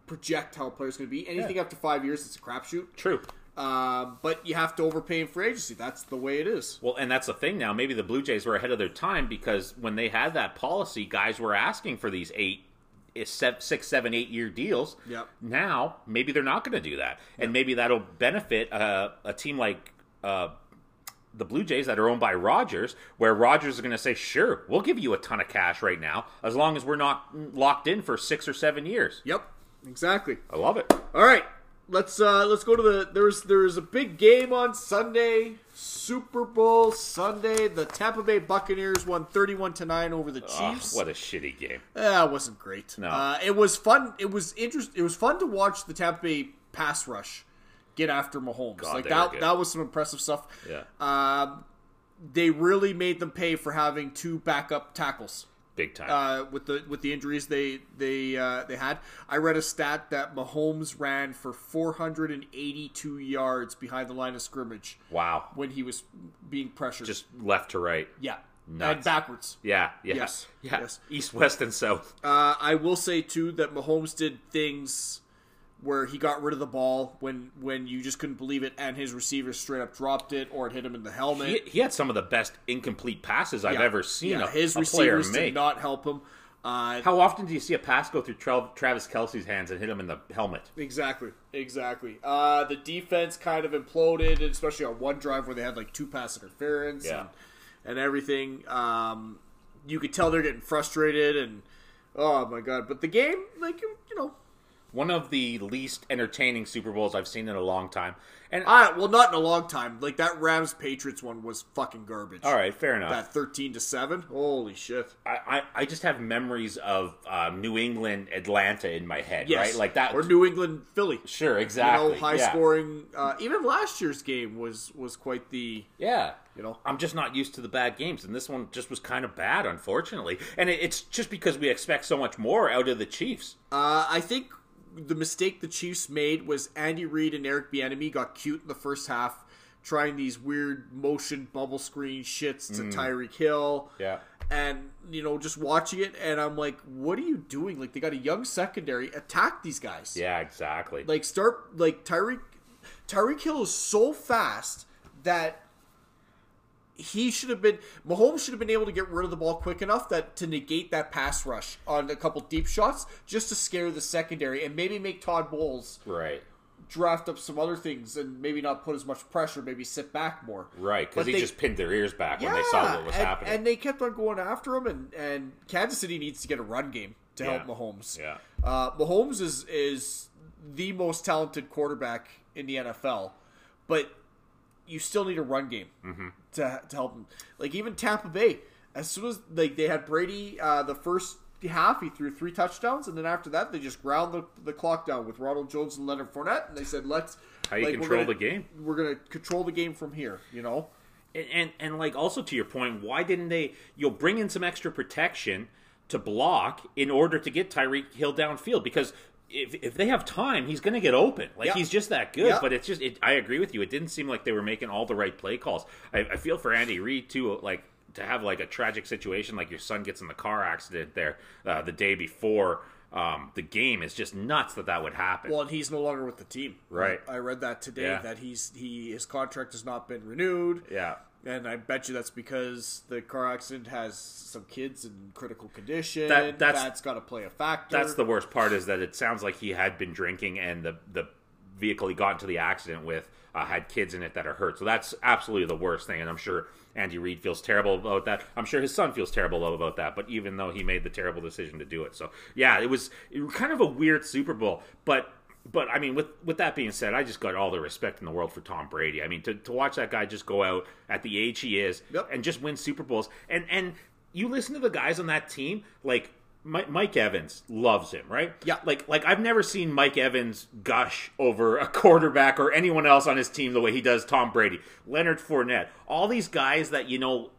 project how a player's going to be. Anything after five years, it's a crapshoot.
True.
Um, but you have to overpay in free agency. That's the way it is.
Well, and that's the thing now. Maybe the Blue Jays were ahead of their time because when they had that policy, guys were asking for these eight, eh, se- six, seven, eight year deals.
Yep.
Now, maybe they're not going to do that. And maybe that'll benefit uh, a team like uh, the Blue Jays that are owned by Rogers, where Rogers is going to say, sure, we'll give you a ton of cash right now as long as we're not locked in for six or seven years.
Yep, exactly.
I love it.
All right, let's uh let's go to the there's there's a big game on Sunday, Super Bowl Sunday. The Tampa Bay Buccaneers won 31 to 9 over the
Ah,
Chiefs.
what a shitty
[laughs]
game.
That wasn't great.
No.
Uh, it was fun. It was interest. It was fun to watch the Tampa Bay pass rush get after Mahomes. like
they were
that.
good.
That was some impressive stuff.
Yeah.
Um, they really made them pay for having two backup tackles
Big time.
uh, with the with the injuries they they uh, they had. I read a stat that Mahomes ran for 482 yards behind the line of scrimmage
wow.
when he was being pressured.
Just left to right.
yeah,
Nuts.
and backwards.
Yeah. yeah,
Yes,
Yeah.
yes.
East, west, and south.
Uh, I will say too that Mahomes did things where he got rid of the ball when when you just couldn't believe it, and his receiver straight up dropped it or it hit him in the helmet.
He, he had some of the best incomplete passes I've
Yeah.
ever seen
Yeah,
a,
his
a player
receivers
make.
did not help him. Uh,
How often do you see a pass go through Tra- Travis Kelsey's hands and hit him in the helmet?
Exactly, exactly. Uh, the defense kind of imploded, especially on one drive where they had like two pass interference
Yeah.
and, and everything. Um, you could tell they're getting frustrated and oh my god! But the game, like you, you know,
One of the least entertaining Super Bowls I've seen in a long time. And
I well not in a long time. Like that Rams Patriots one was fucking garbage.
all right, fair enough.
that thirteen to seven. Holy shit!
I, I, I just have memories of um, New England, Atlanta in my head,
Yes,
right? Like that.
or New England Philly.
sure,
You
exactly.
know, high
yeah.
scoring. Uh, even last year's game was was quite the
Yeah.
You know?
I'm just not used to the bad games, and this one just was kind of bad, unfortunately. And it, it's just because we expect so much more out of the Chiefs.
Uh, I think the mistake the Chiefs made was Andy Reid and Eric Bieniemy got cute in the first half, trying these weird motion bubble screen shits to Tyreek Hill.
Yeah.
And you know, just watching it, and I'm like, what are you doing? Like they got a young secondary, attack these guys.
Yeah, exactly.
Like start like Tyreek Tyreek Hill is so fast that he should have been Mahomes should have been able to get rid of the ball quick enough that to negate that pass rush on a couple deep shots just to scare the secondary and maybe make Todd Bowles
Right.
draft up some other things and maybe not put as much pressure, maybe sit back more.
Right, because
But
he
they-
just pinned their ears back when they saw what was
and,
happening.
and they kept on going after him and, and Kansas City needs to get a run game to
Yeah.
help Mahomes.
yeah.
Uh, Mahomes is is the most talented quarterback in the NFL, but you still need a run game
Mm-hmm.
to to help him. Like even Tampa Bay, as soon as like they had Brady uh, the first half, he threw three touchdowns, and then after that they just ground the, the clock down with Ronald Jones and Leonard Fournette, and they said let's
How you
like, we're
control
gonna-
the game.
We're gonna control the game from here, you know.
And, and and like also to your point, why didn't they? You'll bring in some extra protection to block in order to get Tyreek Hill downfield because if if they have time, he's going to get open. Like
Yeah.
he's just that good.
Yeah.
But it's just it, I agree with you. It didn't seem like they were making all the right play calls. I, I feel for Andy Reid too. Like to have like a tragic situation like your son gets in the car accident there uh, the day before. Um, the game is just nuts that that would happen.
Well, and he's no longer with the team.
Right.
I read that today
Yeah.
that he's he his contract has not been renewed.
yeah.
And I bet you that's because the car accident has some kids in critical condition.
That- that's-
that's got to play a factor.
That's the worst part is that it sounds like he had been drinking, and the the vehicle he got into the accident with uh, had kids in it that are hurt. So that's absolutely the worst thing, and I'm sure Andy Reid feels terrible about that. I'm sure his son feels terrible about that. But even though he made the terrible decision to do it, so yeah, it was, it was kind of a weird Super Bowl, but. But I mean, with with that being said, I just got all the respect in the world for Tom Brady. I mean, to, to watch that guy just go out at the age he is
Yep.
and just win Super Bowls, and and you listen to the guys on that team, like Mike, Mike Evans loves him, right?
Yeah.
Like like I've never seen Mike Evans gush over a [laughs] quarterback or anyone else on his team the way he does Tom Brady, Leonard Fournette, all these guys that you know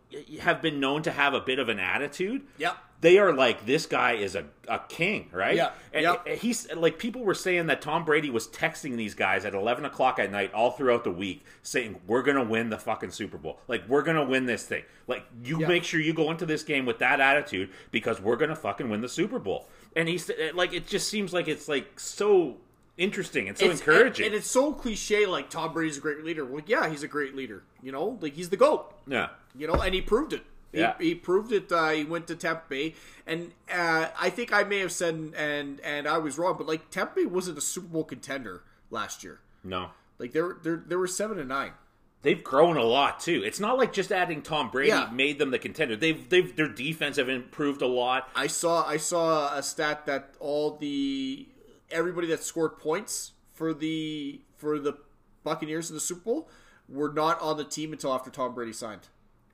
have been known to have a bit of an attitude.
Yeah.
They are like this guy is a, a king, right?
Yeah.
And
Yeah.
and he's like people were saying that Tom Brady was texting these guys at eleven o'clock at night all throughout the week, saying, "We're gonna win the fucking Super Bowl. Like we're gonna win this thing. Like you
Yeah.
make sure you go into this game with that attitude because we're gonna fucking win the Super Bowl." And he's eh, like, it just seems like it's like so interesting and so
It's-
encouraging.
and, and it's so cliche. Like Tom Brady's a great leader. Well, yeah, he's a great leader. You know, like he's the goat.
yeah,
You know, and he proved it. He,
Yeah.
he proved it. Uh, he went to Tampa Bay, and uh, I think I may have said and and I was wrong, but like Tampa Bay wasn't a Super Bowl contender last year.
no.
Like they were they were- they were seven and nine.
They've grown a lot too. It's not like just adding Tom Brady
Yeah.
made them the contender. They've they've their defense have improved a lot.
I saw I saw a stat that all the everybody that scored points for the for the Buccaneers in the Super Bowl were not on the team until after Tom Brady signed.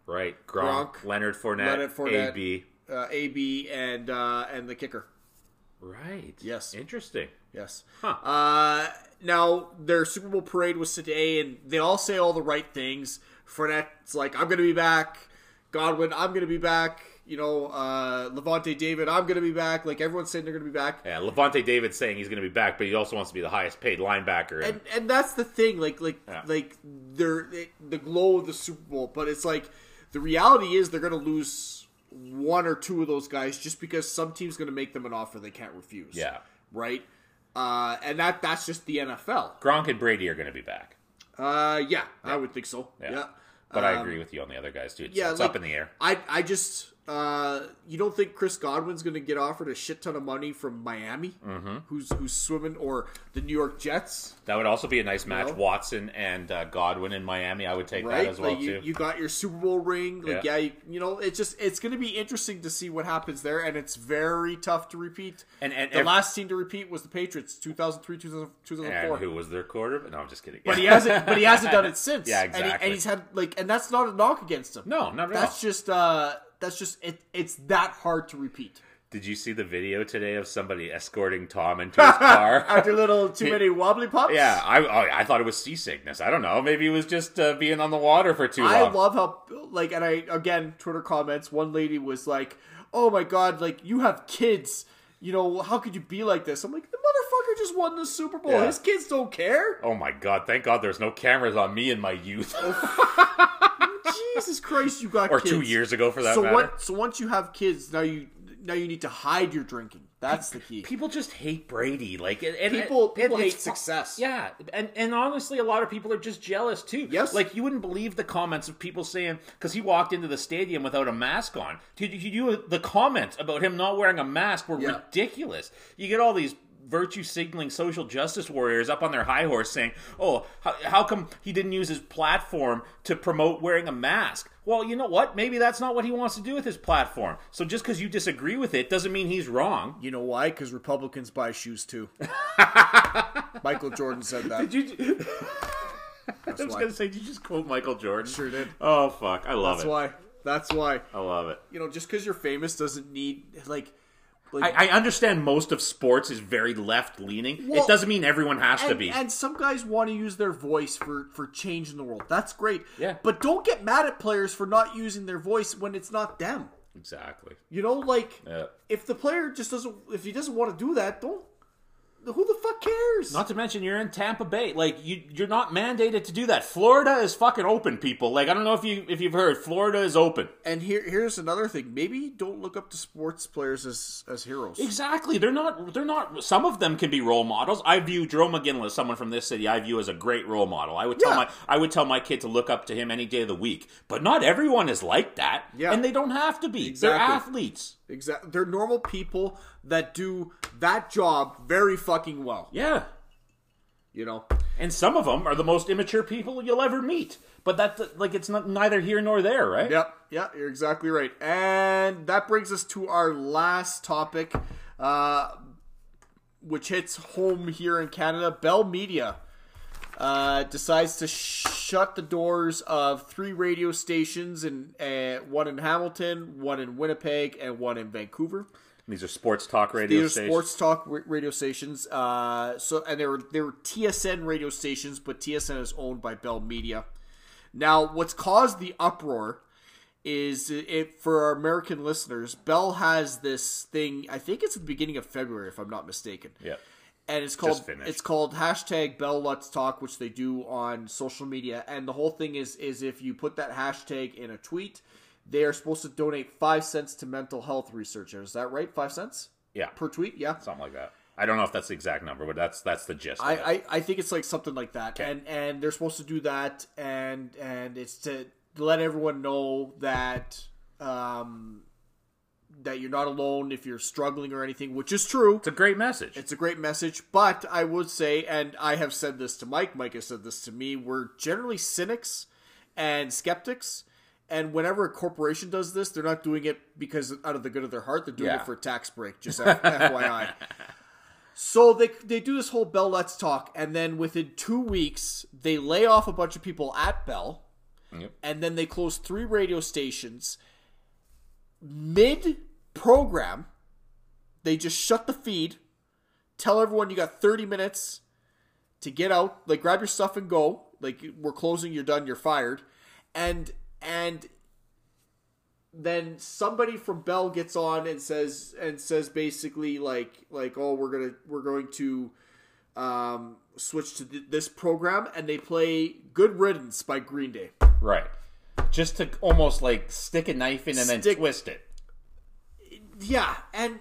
Right, Gronk,
Gronk,
Leonard Fournette,
Leonard Fournette.
AB.
Uh, AB and uh, and the kicker.
Right.
Yes.
Interesting.
Yes.
Huh.
Uh, now their Super Bowl parade was today, and they all say all the right things. Fournette's like, "I'm gonna be back." Godwin, "I'm gonna be back." You know, uh, Levante David, "I'm gonna be back." Like everyone's saying they're gonna be back.
Yeah, Levante David's saying he's going to be back, but he also wants to be the highest paid linebacker.
and and that's the thing like like
Yeah.
like they're it, the glow of the super bowl but it's like the reality is they're gonna lose one or two of those guys just because some team's gonna make them an offer they can't refuse
Yeah.
right uh and that that's just the nfl
Gronk and Brady are going to be back.
uh yeah, i would think so yeah,
Yeah. But I
Um,
agree with you on the other guys, too. It's,
yeah,
it's up
like-
in the air.
i i just uh you don't think chris godwin's gonna get offered a shit ton of money from miami who's who's swimming or the new york jets
That would also be a nice match.
know?
Watson and uh, Godwin in Miami. I would take that as well,
like you,
too.
you got your Super Bowl ring. Like, yeah,
Yeah.
you, you know, it's just it's going to be interesting to see what happens there, and it's very tough to repeat.
And- and
the
ev-
last team to repeat was the Patriots, 2003, 2000
and
2004.
who was their quarterback? No, I'm just kidding.
But he hasn't, but he hasn't
[laughs]
done it since.
Yeah,
And he- And,
exactly.
he's had like, and that's not a knock against him.
no, not at all.
that's just uh, that's just it. It's that hard to
[laughs]
repeat.
Did you see the video today of somebody escorting Tom
[laughs]
into his car?
After little too many wobbly pops.
yeah, I, oh, I thought it was seasickness. I don't know. Maybe it was just uh, being on the water for too long.
I love how like and I again Twitter comments. One lady was like, "Oh my god, like you have kids. You know how could you be like this?" I'm like, the motherfucker just won the Super Bowl.
Yeah.
His kids don't care.
oh, my God. Thank God there's no cameras on me in my youth. [laughs]
Jesus Christ, you got
or
kids.
two years ago for that
so
matter.
what? So once you have kids, now you now you need to hide your drinking. That's the key.
People just hate Brady. Like and, and-
People-
and
people
it's-
hate success.
Yeah, and and honestly, a lot of people are just jealous too.
Yes.
like you wouldn't believe the comments of people saying because he walked into the stadium without a mask on. Did you- you the comments about him not wearing a mask were
Yeah.
ridiculous? You get all these. Virtue signaling social justice warriors up on their high horse saying, Oh, how, how come he didn't use his platform to promote wearing a mask? Well, you know what? Maybe that's not what he wants to do with his platform. So just because you disagree with it doesn't mean he's wrong.
You know why? Because Republicans buy shoes
[laughs]
too. Michael Jordan said that.
Did you? [laughs] I was
why.
gonna say, did you just quote Michael Jordan?
Sure did.
Oh fuck, I love
That's
it.
why. That's why.
I love it.
You know, just because you're famous doesn't need like. like
I, I understand most of sports is very left leaning.
Well,
it doesn't mean everyone has to
and,
be.
and some guys want to use their voice for for change in the world. That's great.
Yeah.
But don't get mad at players for not using their voice when it's not them.
exactly.
You know, like
Yeah.
if the player just doesn't, if he doesn't want to do that, don't. Who the fuck cares?
Not to mention, you're in Tampa Bay. Like you, you're not mandated to do that. Florida is fucking open, people. Like I don't know if you if you've heard, Florida is open.
and here, here's another thing. Maybe don't look up to sports players as as heroes.
Exactly. They're not. They're not. Some of them can be role models. I view Joe McGinley, someone from this city, I view as a great role model. I would tell
Yeah.
my. I would tell my kid to look up to him any day of the week. But not everyone is like that.
Yeah.
And they don't have to be. They're
Exactly.
athletes.
Exactly. They're normal people that do that job very fucking well.
Yeah.
You know.
And some of them are the most immature people you'll ever meet. But that like it's not neither here nor there, right?
Yep. Yeah, you're exactly right. And that brings us to our last topic, uh, which hits home here in Canada. Bell Media uh, decides to shut the doors of three radio stations, and uh, one in Hamilton, one in Winnipeg, and one in Vancouver.
These are sports talk radio
These are
stations.
sports talk ra- radio stations. Uh, so and they were they were TSN radio stations, but TSN is owned by Bell Media. Now, what's caused the uproar is it for our American listeners. Bell has this thing. I think it's the beginning of February, if I'm not mistaken.
Yeah.
And it's called
finished.
it's called hashtag Bell Let's Talk, which they do on social media. And the whole thing is is if you put that hashtag in a tweet, they are supposed to donate five cents to mental health research. Is that right? Five cents
Yeah.
per tweet. Yeah,
Something like that. I don't know if that's the exact number, but that's that's the gist.
I,
of it.
I, I think it's like something like that, and and they're supposed to do that, and and it's to let everyone know that um that you're not alone if you're struggling or anything, which is true.
it's a great message.
It's a great message, but I would say, and I have said this to Mike, Mike has said this to me, we're generally cynics and skeptics. And whenever a corporation does this, they're not doing it because out of the good of their heart. They're doing
Yeah.
it for a tax break, just F- [laughs] FYI. So they, they do this whole Bell Let's Talk. And then within two weeks, they lay off a bunch of people at Bell.
Yep.
And then they close three radio stations. Mid program, they just shut the feed tell everyone you got 30 minutes to get out like grab your stuff and go like we're closing you're done you're fired and and then somebody from bell gets on and says and says basically like like oh we're gonna we're going to um switch to th- this program and they play good riddance by green day
Right. Just to almost like stick a knife in and then
Stick-
twist it.
yeah, and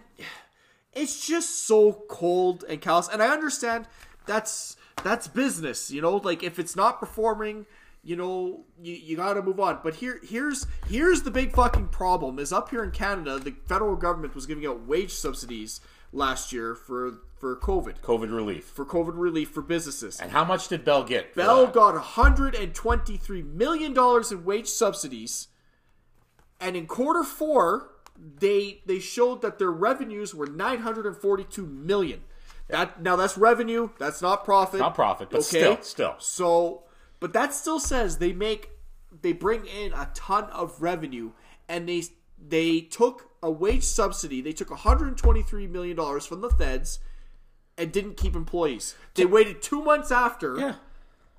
it's just so cold and callous. And I understand that's that's business, you know. Like if it's not performing, you know, you, you got to move on. But here here's here's the big fucking problem: is up here in Canada, the federal government was giving out wage subsidies last year for for COVID
COVID relief.
for COVID relief for businesses.
And how much did Bell get? for
Bell
that?
got 123 million dollars in wage subsidies, and in quarter four, they they showed that their revenues were 942 million. That now that's revenue, that's not profit.
Not profit, but still- still.
So, but that still says they make they bring in a ton of revenue, and they they took a wage subsidy. They took 123 million dollars from the feds. And didn't keep employees. They waited two months after
Yeah.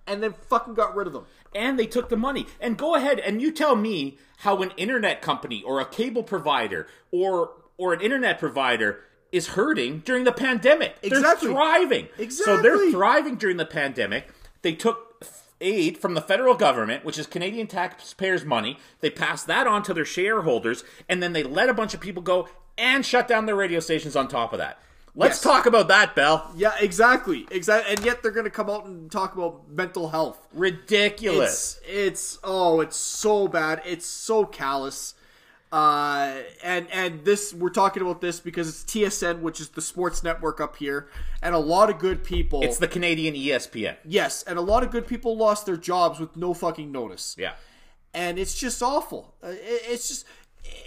and then fucking got rid of them.
And they took the money. And go ahead and you tell me how an internet company or a cable provider or or an internet provider is hurting during the pandemic.
Exactly.
They're thriving. So they're
Exactly.
thriving during the pandemic. They took aid from the federal government, which is Canadian taxpayers' money. They passed that on to their shareholders, and then they let a bunch of people go and shut down their radio stations on top of that. Let's
Yes.
talk about that, Bell.
Yeah, exactly. Exactly. And yet they're going to come out and talk about mental health.
Ridiculous.
It's, it's oh, it's so bad. It's so callous. Uh, and and this we're talking about this because it's TSN, which is the sports network up here, and a lot of good people.
It's the Canadian E ESPN.
yes, and a lot of good people lost their jobs with no fucking notice.
Yeah.
and it's just awful. Uh, it- It's just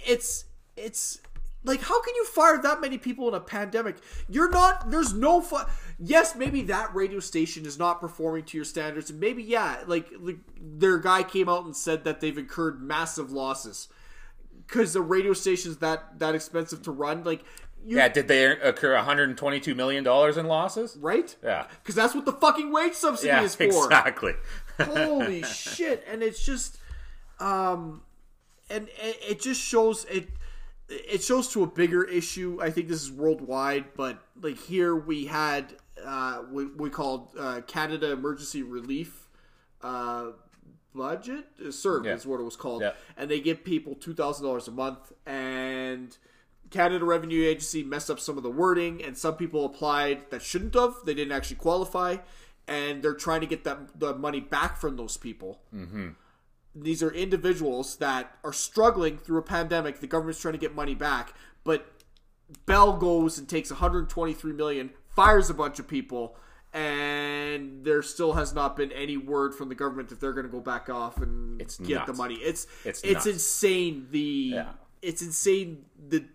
it's it's like how can you fire that many people in a pandemic? You're not there's no fu- yes, maybe that radio station is not performing to your standards and maybe yeah, like, like their guy came out and said that they've incurred massive losses cuz the radio station's that that expensive to run like you
Yeah, did they occur 122 million dollars in losses?
right?
Yeah.
Cuz that's what the fucking wage subsidy
Yeah,
is for.
exactly.
holy shit and it's just um and it, it just shows it it shows to a bigger issue i think this is worldwide but like here we had uh we, we called uh canada emergency relief uh budget uh, serve
Yeah.
is what it was called
Yeah.
and they give people $2000 a month and canada revenue agency messed up some of the wording and some people applied that shouldn't have they didn't actually qualify and they're trying to get that the money back from those people these are individuals that are struggling through a pandemic. The government's trying to get money back, but Bell goes and takes 123 million, fires a bunch of people, and there still has not been any word from the government that they're going to go back off and
It's
get the
nuts.
money. It's
It's
it's,
nuts.
insane. The
Yeah.
it's insane the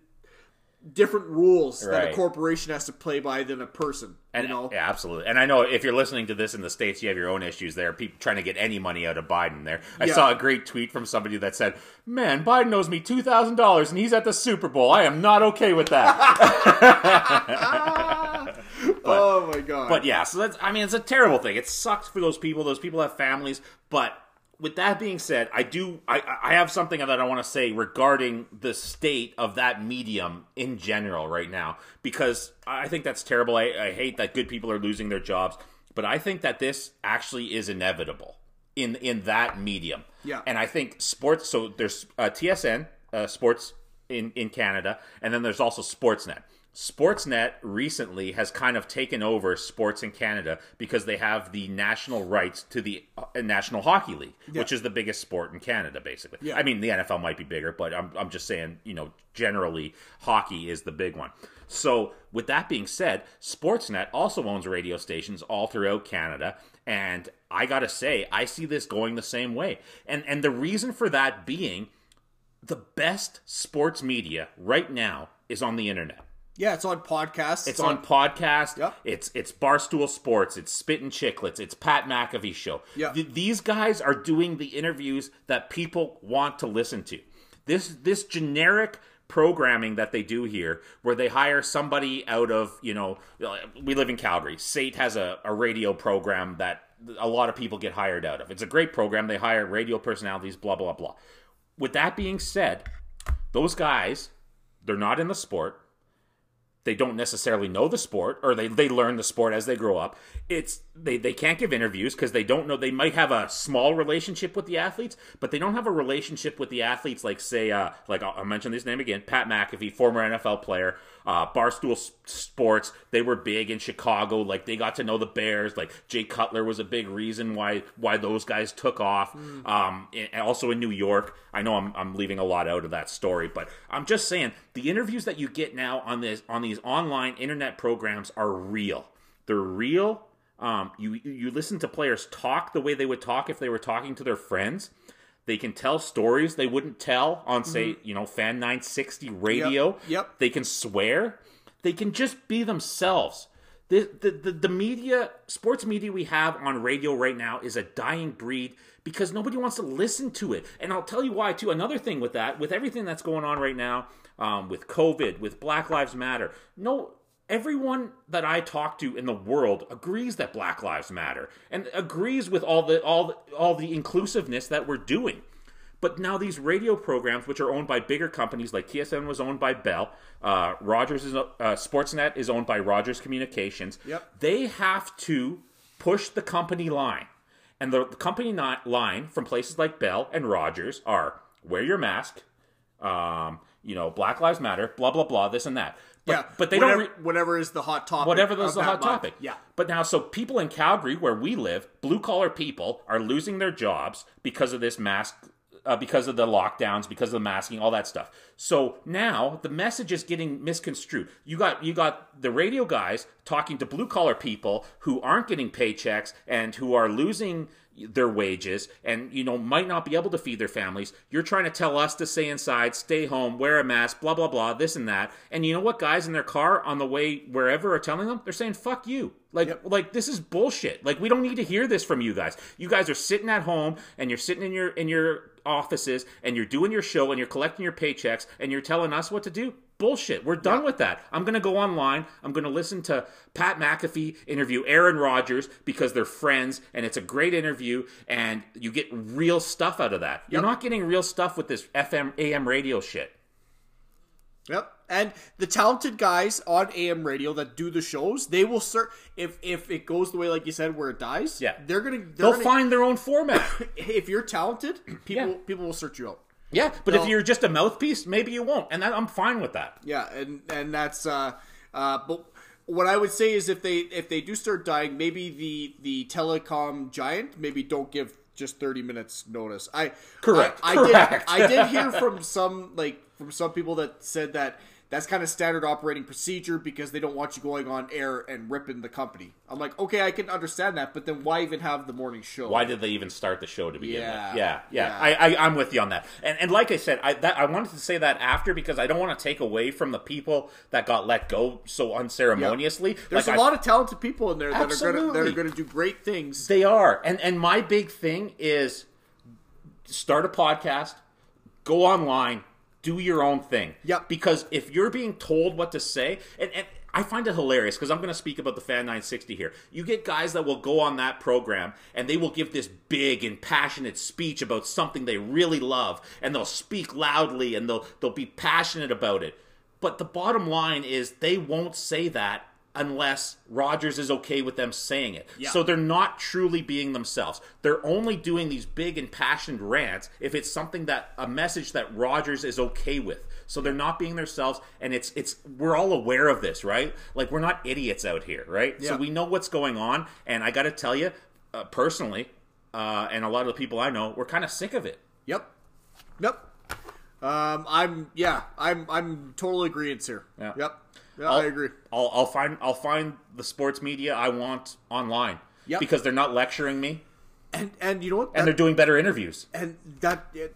different rules that
Right.
a corporation has to play by than a person.
And,
you know,
Yeah, absolutely. And I know if you're listening to this in the states, you have your own issues there. People trying to get any money out of Biden. There, I
Yeah.
saw a great tweet from somebody that said, "Man, Biden owes me two thousand dollars, and he's at the Super Bowl. I am not okay with
[laughs]
that."
oh my god!
but yeah, so that's. I mean, it's a terrible thing. It sucks for those people. Those people have families. But with that being said, I do. I- I, I have something that I want to say regarding the state of that medium in general right now, because I I think that's terrible. I, I hate that good people are losing their jobs, but I think that this actually is inevitable in in that medium.
Yeah.
And I think sports. So there's uh, TSN uh, sports in in Canada, and then there's also Sportsnet. Sportsnet recently has kind of taken over sports in Canada because they have the national rights to the uh, National Hockey League, which is the biggest sport in Canada, basically.
Yeah.
I mean, the NFL might be bigger, but I'm, I'm just saying, you know, generally, hockey is the big one. So, with that being said, Sportsnet also owns radio stations all throughout Canada. And I got to say, I see this going the same way. And, and the reason for that being the best sports media right now is on the internet.
yeah, it's on podcasts.
It's on podcast.
Yep.
It's it's Barstool Sports. It's Spit and Chicklets. It's Pat McAfee show.
Yeah.
Th- these guys are doing the interviews that people want to listen to. This this generic programming that they do here, where they hire somebody out of you know, we live in Calgary. Sate has a, a radio program that a lot of people get hired out of. It's a great program. They hire radio personalities. Blah blah blah. With that being said, those guys, they're not in the sport they don't necessarily know the sport or they, they learn the sport as they grow up it's they, they can't give interviews because they don't know they might have a small relationship with the athletes but they don't have a relationship with the athletes like say uh, like I'll, I'll mention his name again pat mcafee former nfl player uh, barstool S- sports they were big in chicago like they got to know the bears like jay cutler was a big reason why why those guys took off um, and also in new york i know I'm, I'm leaving a lot out of that story but i'm just saying the interviews that you get now on this on these online internet programs are real they're real um, you you listen to players talk the way they would talk if they were talking to their friends they can tell stories they wouldn't tell on say you know fan 960 radio
Mm-hmm. Yep.
they can swear. They can just be themselves. The, the, the, the media, sports media we have on radio right now is a dying breed because nobody wants to listen to it. And I'll tell you why, too. Another thing with that, with everything that's going on right now, um, with COVID, with Black Lives Matter, no, everyone that I talk to in the world agrees that Black Lives Matter and agrees with all the, all the, all the inclusiveness that we're doing. But now these radio programs, which are owned by bigger companies, like TSN was owned by Bell, uh, Rogers is uh, Sportsnet is owned by Rogers Communications.
Yep.
They have to push the company line, and the, the company not, line from places like Bell and Rogers are wear your mask, um, you know, Black Lives Matter, blah blah blah, this and that. But,
yeah,
but they
whatever,
don't. Re-
whatever is the hot topic.
whatever was
of
the
that
hot
month.
topic.
Yeah,
But now, so people in Calgary, where we live, blue collar people are losing their jobs because of this mask, uh, because of the lockdowns, because of the masking, all that stuff. So now the message is getting misconstrued. You got you got the radio guys talking to blue collar people who aren't getting paychecks and who are losing their wages and you know might not be able to feed their families you're trying to tell us to stay inside stay home wear a mask blah blah blah this and that and you know what guys in their car on the way wherever are telling them they're saying fuck you like like this is bullshit like we don't need to hear this from you guys you guys are sitting at home and you're sitting in your in your offices and you're doing your show and you're collecting your paychecks and you're telling us what to do Bullshit. We're done with that. I'm going to go online. I'm going to listen to Pat McAfee interview Aaron Rodgers because they're friends and it's a great interview and you get real stuff out of that. You're not getting real stuff with this FM AM radio shit.
Yep. And the talented guys on AM radio that do the shows, they will start if if it goes the way like you said where it dies.
Yeah.
they're gonna they're
They'll
gonna,
find their
[coughs]
own format.
if you're talented, people
Yeah.
people will search you out.
yeah, but if
They'll-
you're just a mouthpiece, maybe you won't. And that, I'm fine with that.
Yeah, and and that's uh uh but what I would say is if they if they do start dying, maybe the the telecom giant maybe don't give just 30 minutes notice. I
Correct,
I, I
correct.
did I did hear from some like from some people that said that that's kind of standard operating procedure because they don't want you going on air and ripping the company. I'm like, okay, I can understand that, but then why even have the morning show?
why did they even start the show to begin
Yeah.
with? Yeah, yeah.
Yeah.
I, I, I'm with you on that. And, and like I said, I, that, I wanted to say that after because I don't want to take away from the people that got let go so unceremoniously.
There's
like
a
I-
lot of talented people in there that are gonna that
Absolutely.
are gonna do great things.
They are. And and my big thing is start a podcast, go online, do your own thing.
Yep.
Because if you're being told what to say, and, and I find it hilarious because I'm going to speak about the Fan 960 here. You get guys that will go on that program and they will give this big and passionate speech about something they really love, and they'll speak loudly and they'll they'll be passionate about it. But the bottom line is they won't say that unless Rogers is okay with them saying it. So they're not truly being themselves. They're only doing these big and passionate rants if it's something that a message that Rogers is okay with. So they're not being themselves and it's it's we're all aware of this, right? Like we're not idiots out here, right? So
Yeah.
we know what's going on and I got to tell you uh, personally uh, and a lot of the people I know, we're kind of sick of it.
Yep. Yep. Um, I'm yeah, I'm I'm total agreeance here.
Yeah.
Yep. Yeah,
I'll-
I agree.
I'll, I'll find I'll find the sports media I want online
Yep.
because they're not lecturing me
And and you know what?
and
That,
they're doing better interviews.
and that it,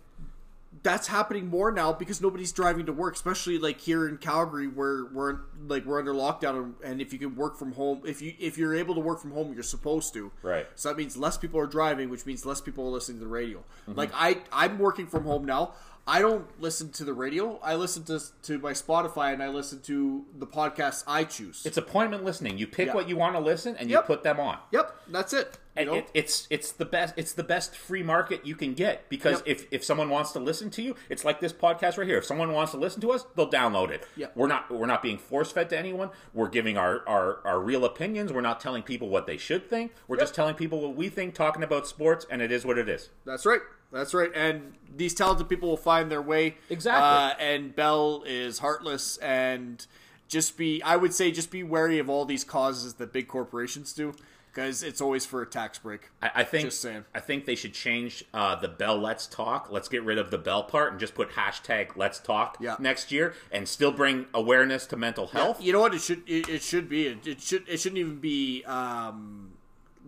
that's happening more now because nobody's driving to work, especially like here in Calgary where we're like we're under lockdown and, and if you can work from home, if you if you're able to work from home, you're supposed to.
Right.
So that means less people are driving, which means less people are listening to the radio.
Mm-hmm.
Like I I'm working from home now. I don't listen to the radio. I listen to to my Spotify and I listen to the podcasts I choose.
It's appointment listening. You pick
Yeah.
what you want to listen and you
Yep.
put them on.
Yep, that's it. You
And
know?
it, it's it's the best it's the best free market you can get because
Yep.
if, if someone wants to listen to you, it's like this podcast right here. If someone wants to listen to us, they'll download it.
Yeah.
We're not we're not being force fed to anyone. We're giving our, our, our real opinions. We're not telling people what they should think. We're just telling people what we think, talking about sports, and it is what it is.
that's right. That's right. And these talented people will find their way.
Exactly.
Uh, and Bell is heartless and just be I would say just be wary of all these causes that big corporations do because it's always for a tax break.
I, I think
Just saying.
I think they should change uh, the bell. Let's talk. Let's get rid of the bell part and just put hashtag Let's Talk
Yeah.
next year, and still bring awareness to mental health.
You know what it should it, it should be it, it should it shouldn't even be um,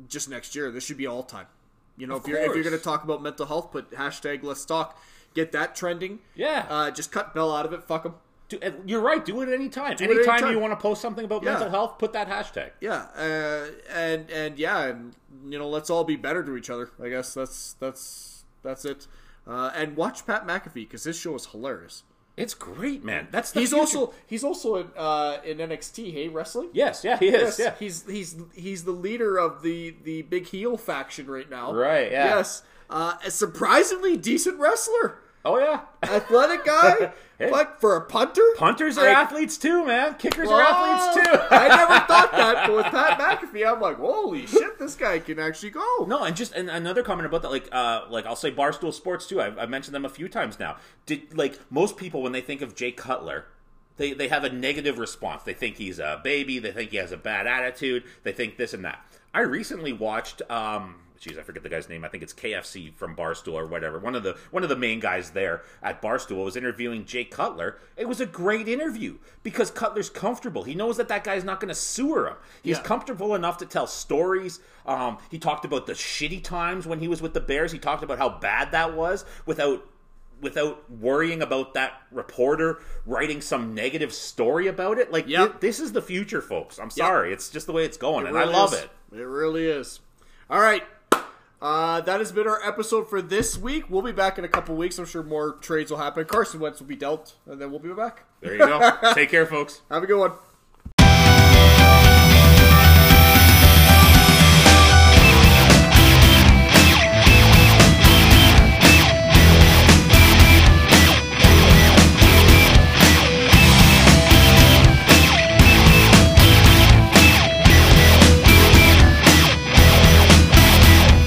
just next year. This should be all time. You know, if you're if you're
course.
going to talk about mental health, put hashtag let's talk. Get that trending.
Yeah.
Uh, just cut Bell out of it. Fuck him.
Do- uh, you're right. Do it anytime.
it
anytime
anytime.
you want to post something about
Yeah.
mental health, put that hashtag.
Yeah, uh, and and yeah, and you know, let's all be better to each other. I guess that's that's that's it. Uh, and watch Pat McAfee because his show is hilarious.
It's great, man. That's the
He's
future.
also he's also in, uh, in NXT. Hey, wrestling.
yes, yeah, he is. Yeah,
he's he's he's the leader of the the big heel faction right now.
Right, yeah.
Yes. Uh, a surprisingly decent wrestler.
Oh yeah,
Athletic guy?
[laughs] Hey.
Fuck, for a punter?
punters are
I-
athletes too, man. Kickers
Whoa.
are athletes too.
[laughs]
[laughs]
I never thought that, but with Pat McAfee, I'm like, holy shit, this guy can actually go.
No, and just and another comment about that, like, uh, like I'll say Barstool Sports too. I've, I've mentioned them a few times now. Did like most people when they think of Jay Cutler, they they have a negative response. They think he's a baby. They think he has a bad attitude. They think this and that. I recently watched, um, geez, I forget the guy's name. I think it's KFC from Barstool or whatever. One of the one of the main guys there at Barstool was interviewing Jay Cutler. It was a great interview because Cutler's comfortable. He knows that that guy's not going to sewer him. He's
Yeah.
comfortable enough to tell stories. Um, he talked about the shitty times when he was with the Bears. He talked about how bad that was without without worrying about that reporter writing some negative story about it. Like
Yeah.
thi- this is the future, folks. I'm sorry, it's just the way it's going, and I
really
love
is.
it.
It really is. All right. Uh, that has been our episode for this week. We'll be back in a couple weeks. I'm sure more trades will happen. Carson Wentz will be dealt, and then we'll be back.
[laughs] There you go. Take care, folks.
Have a good one.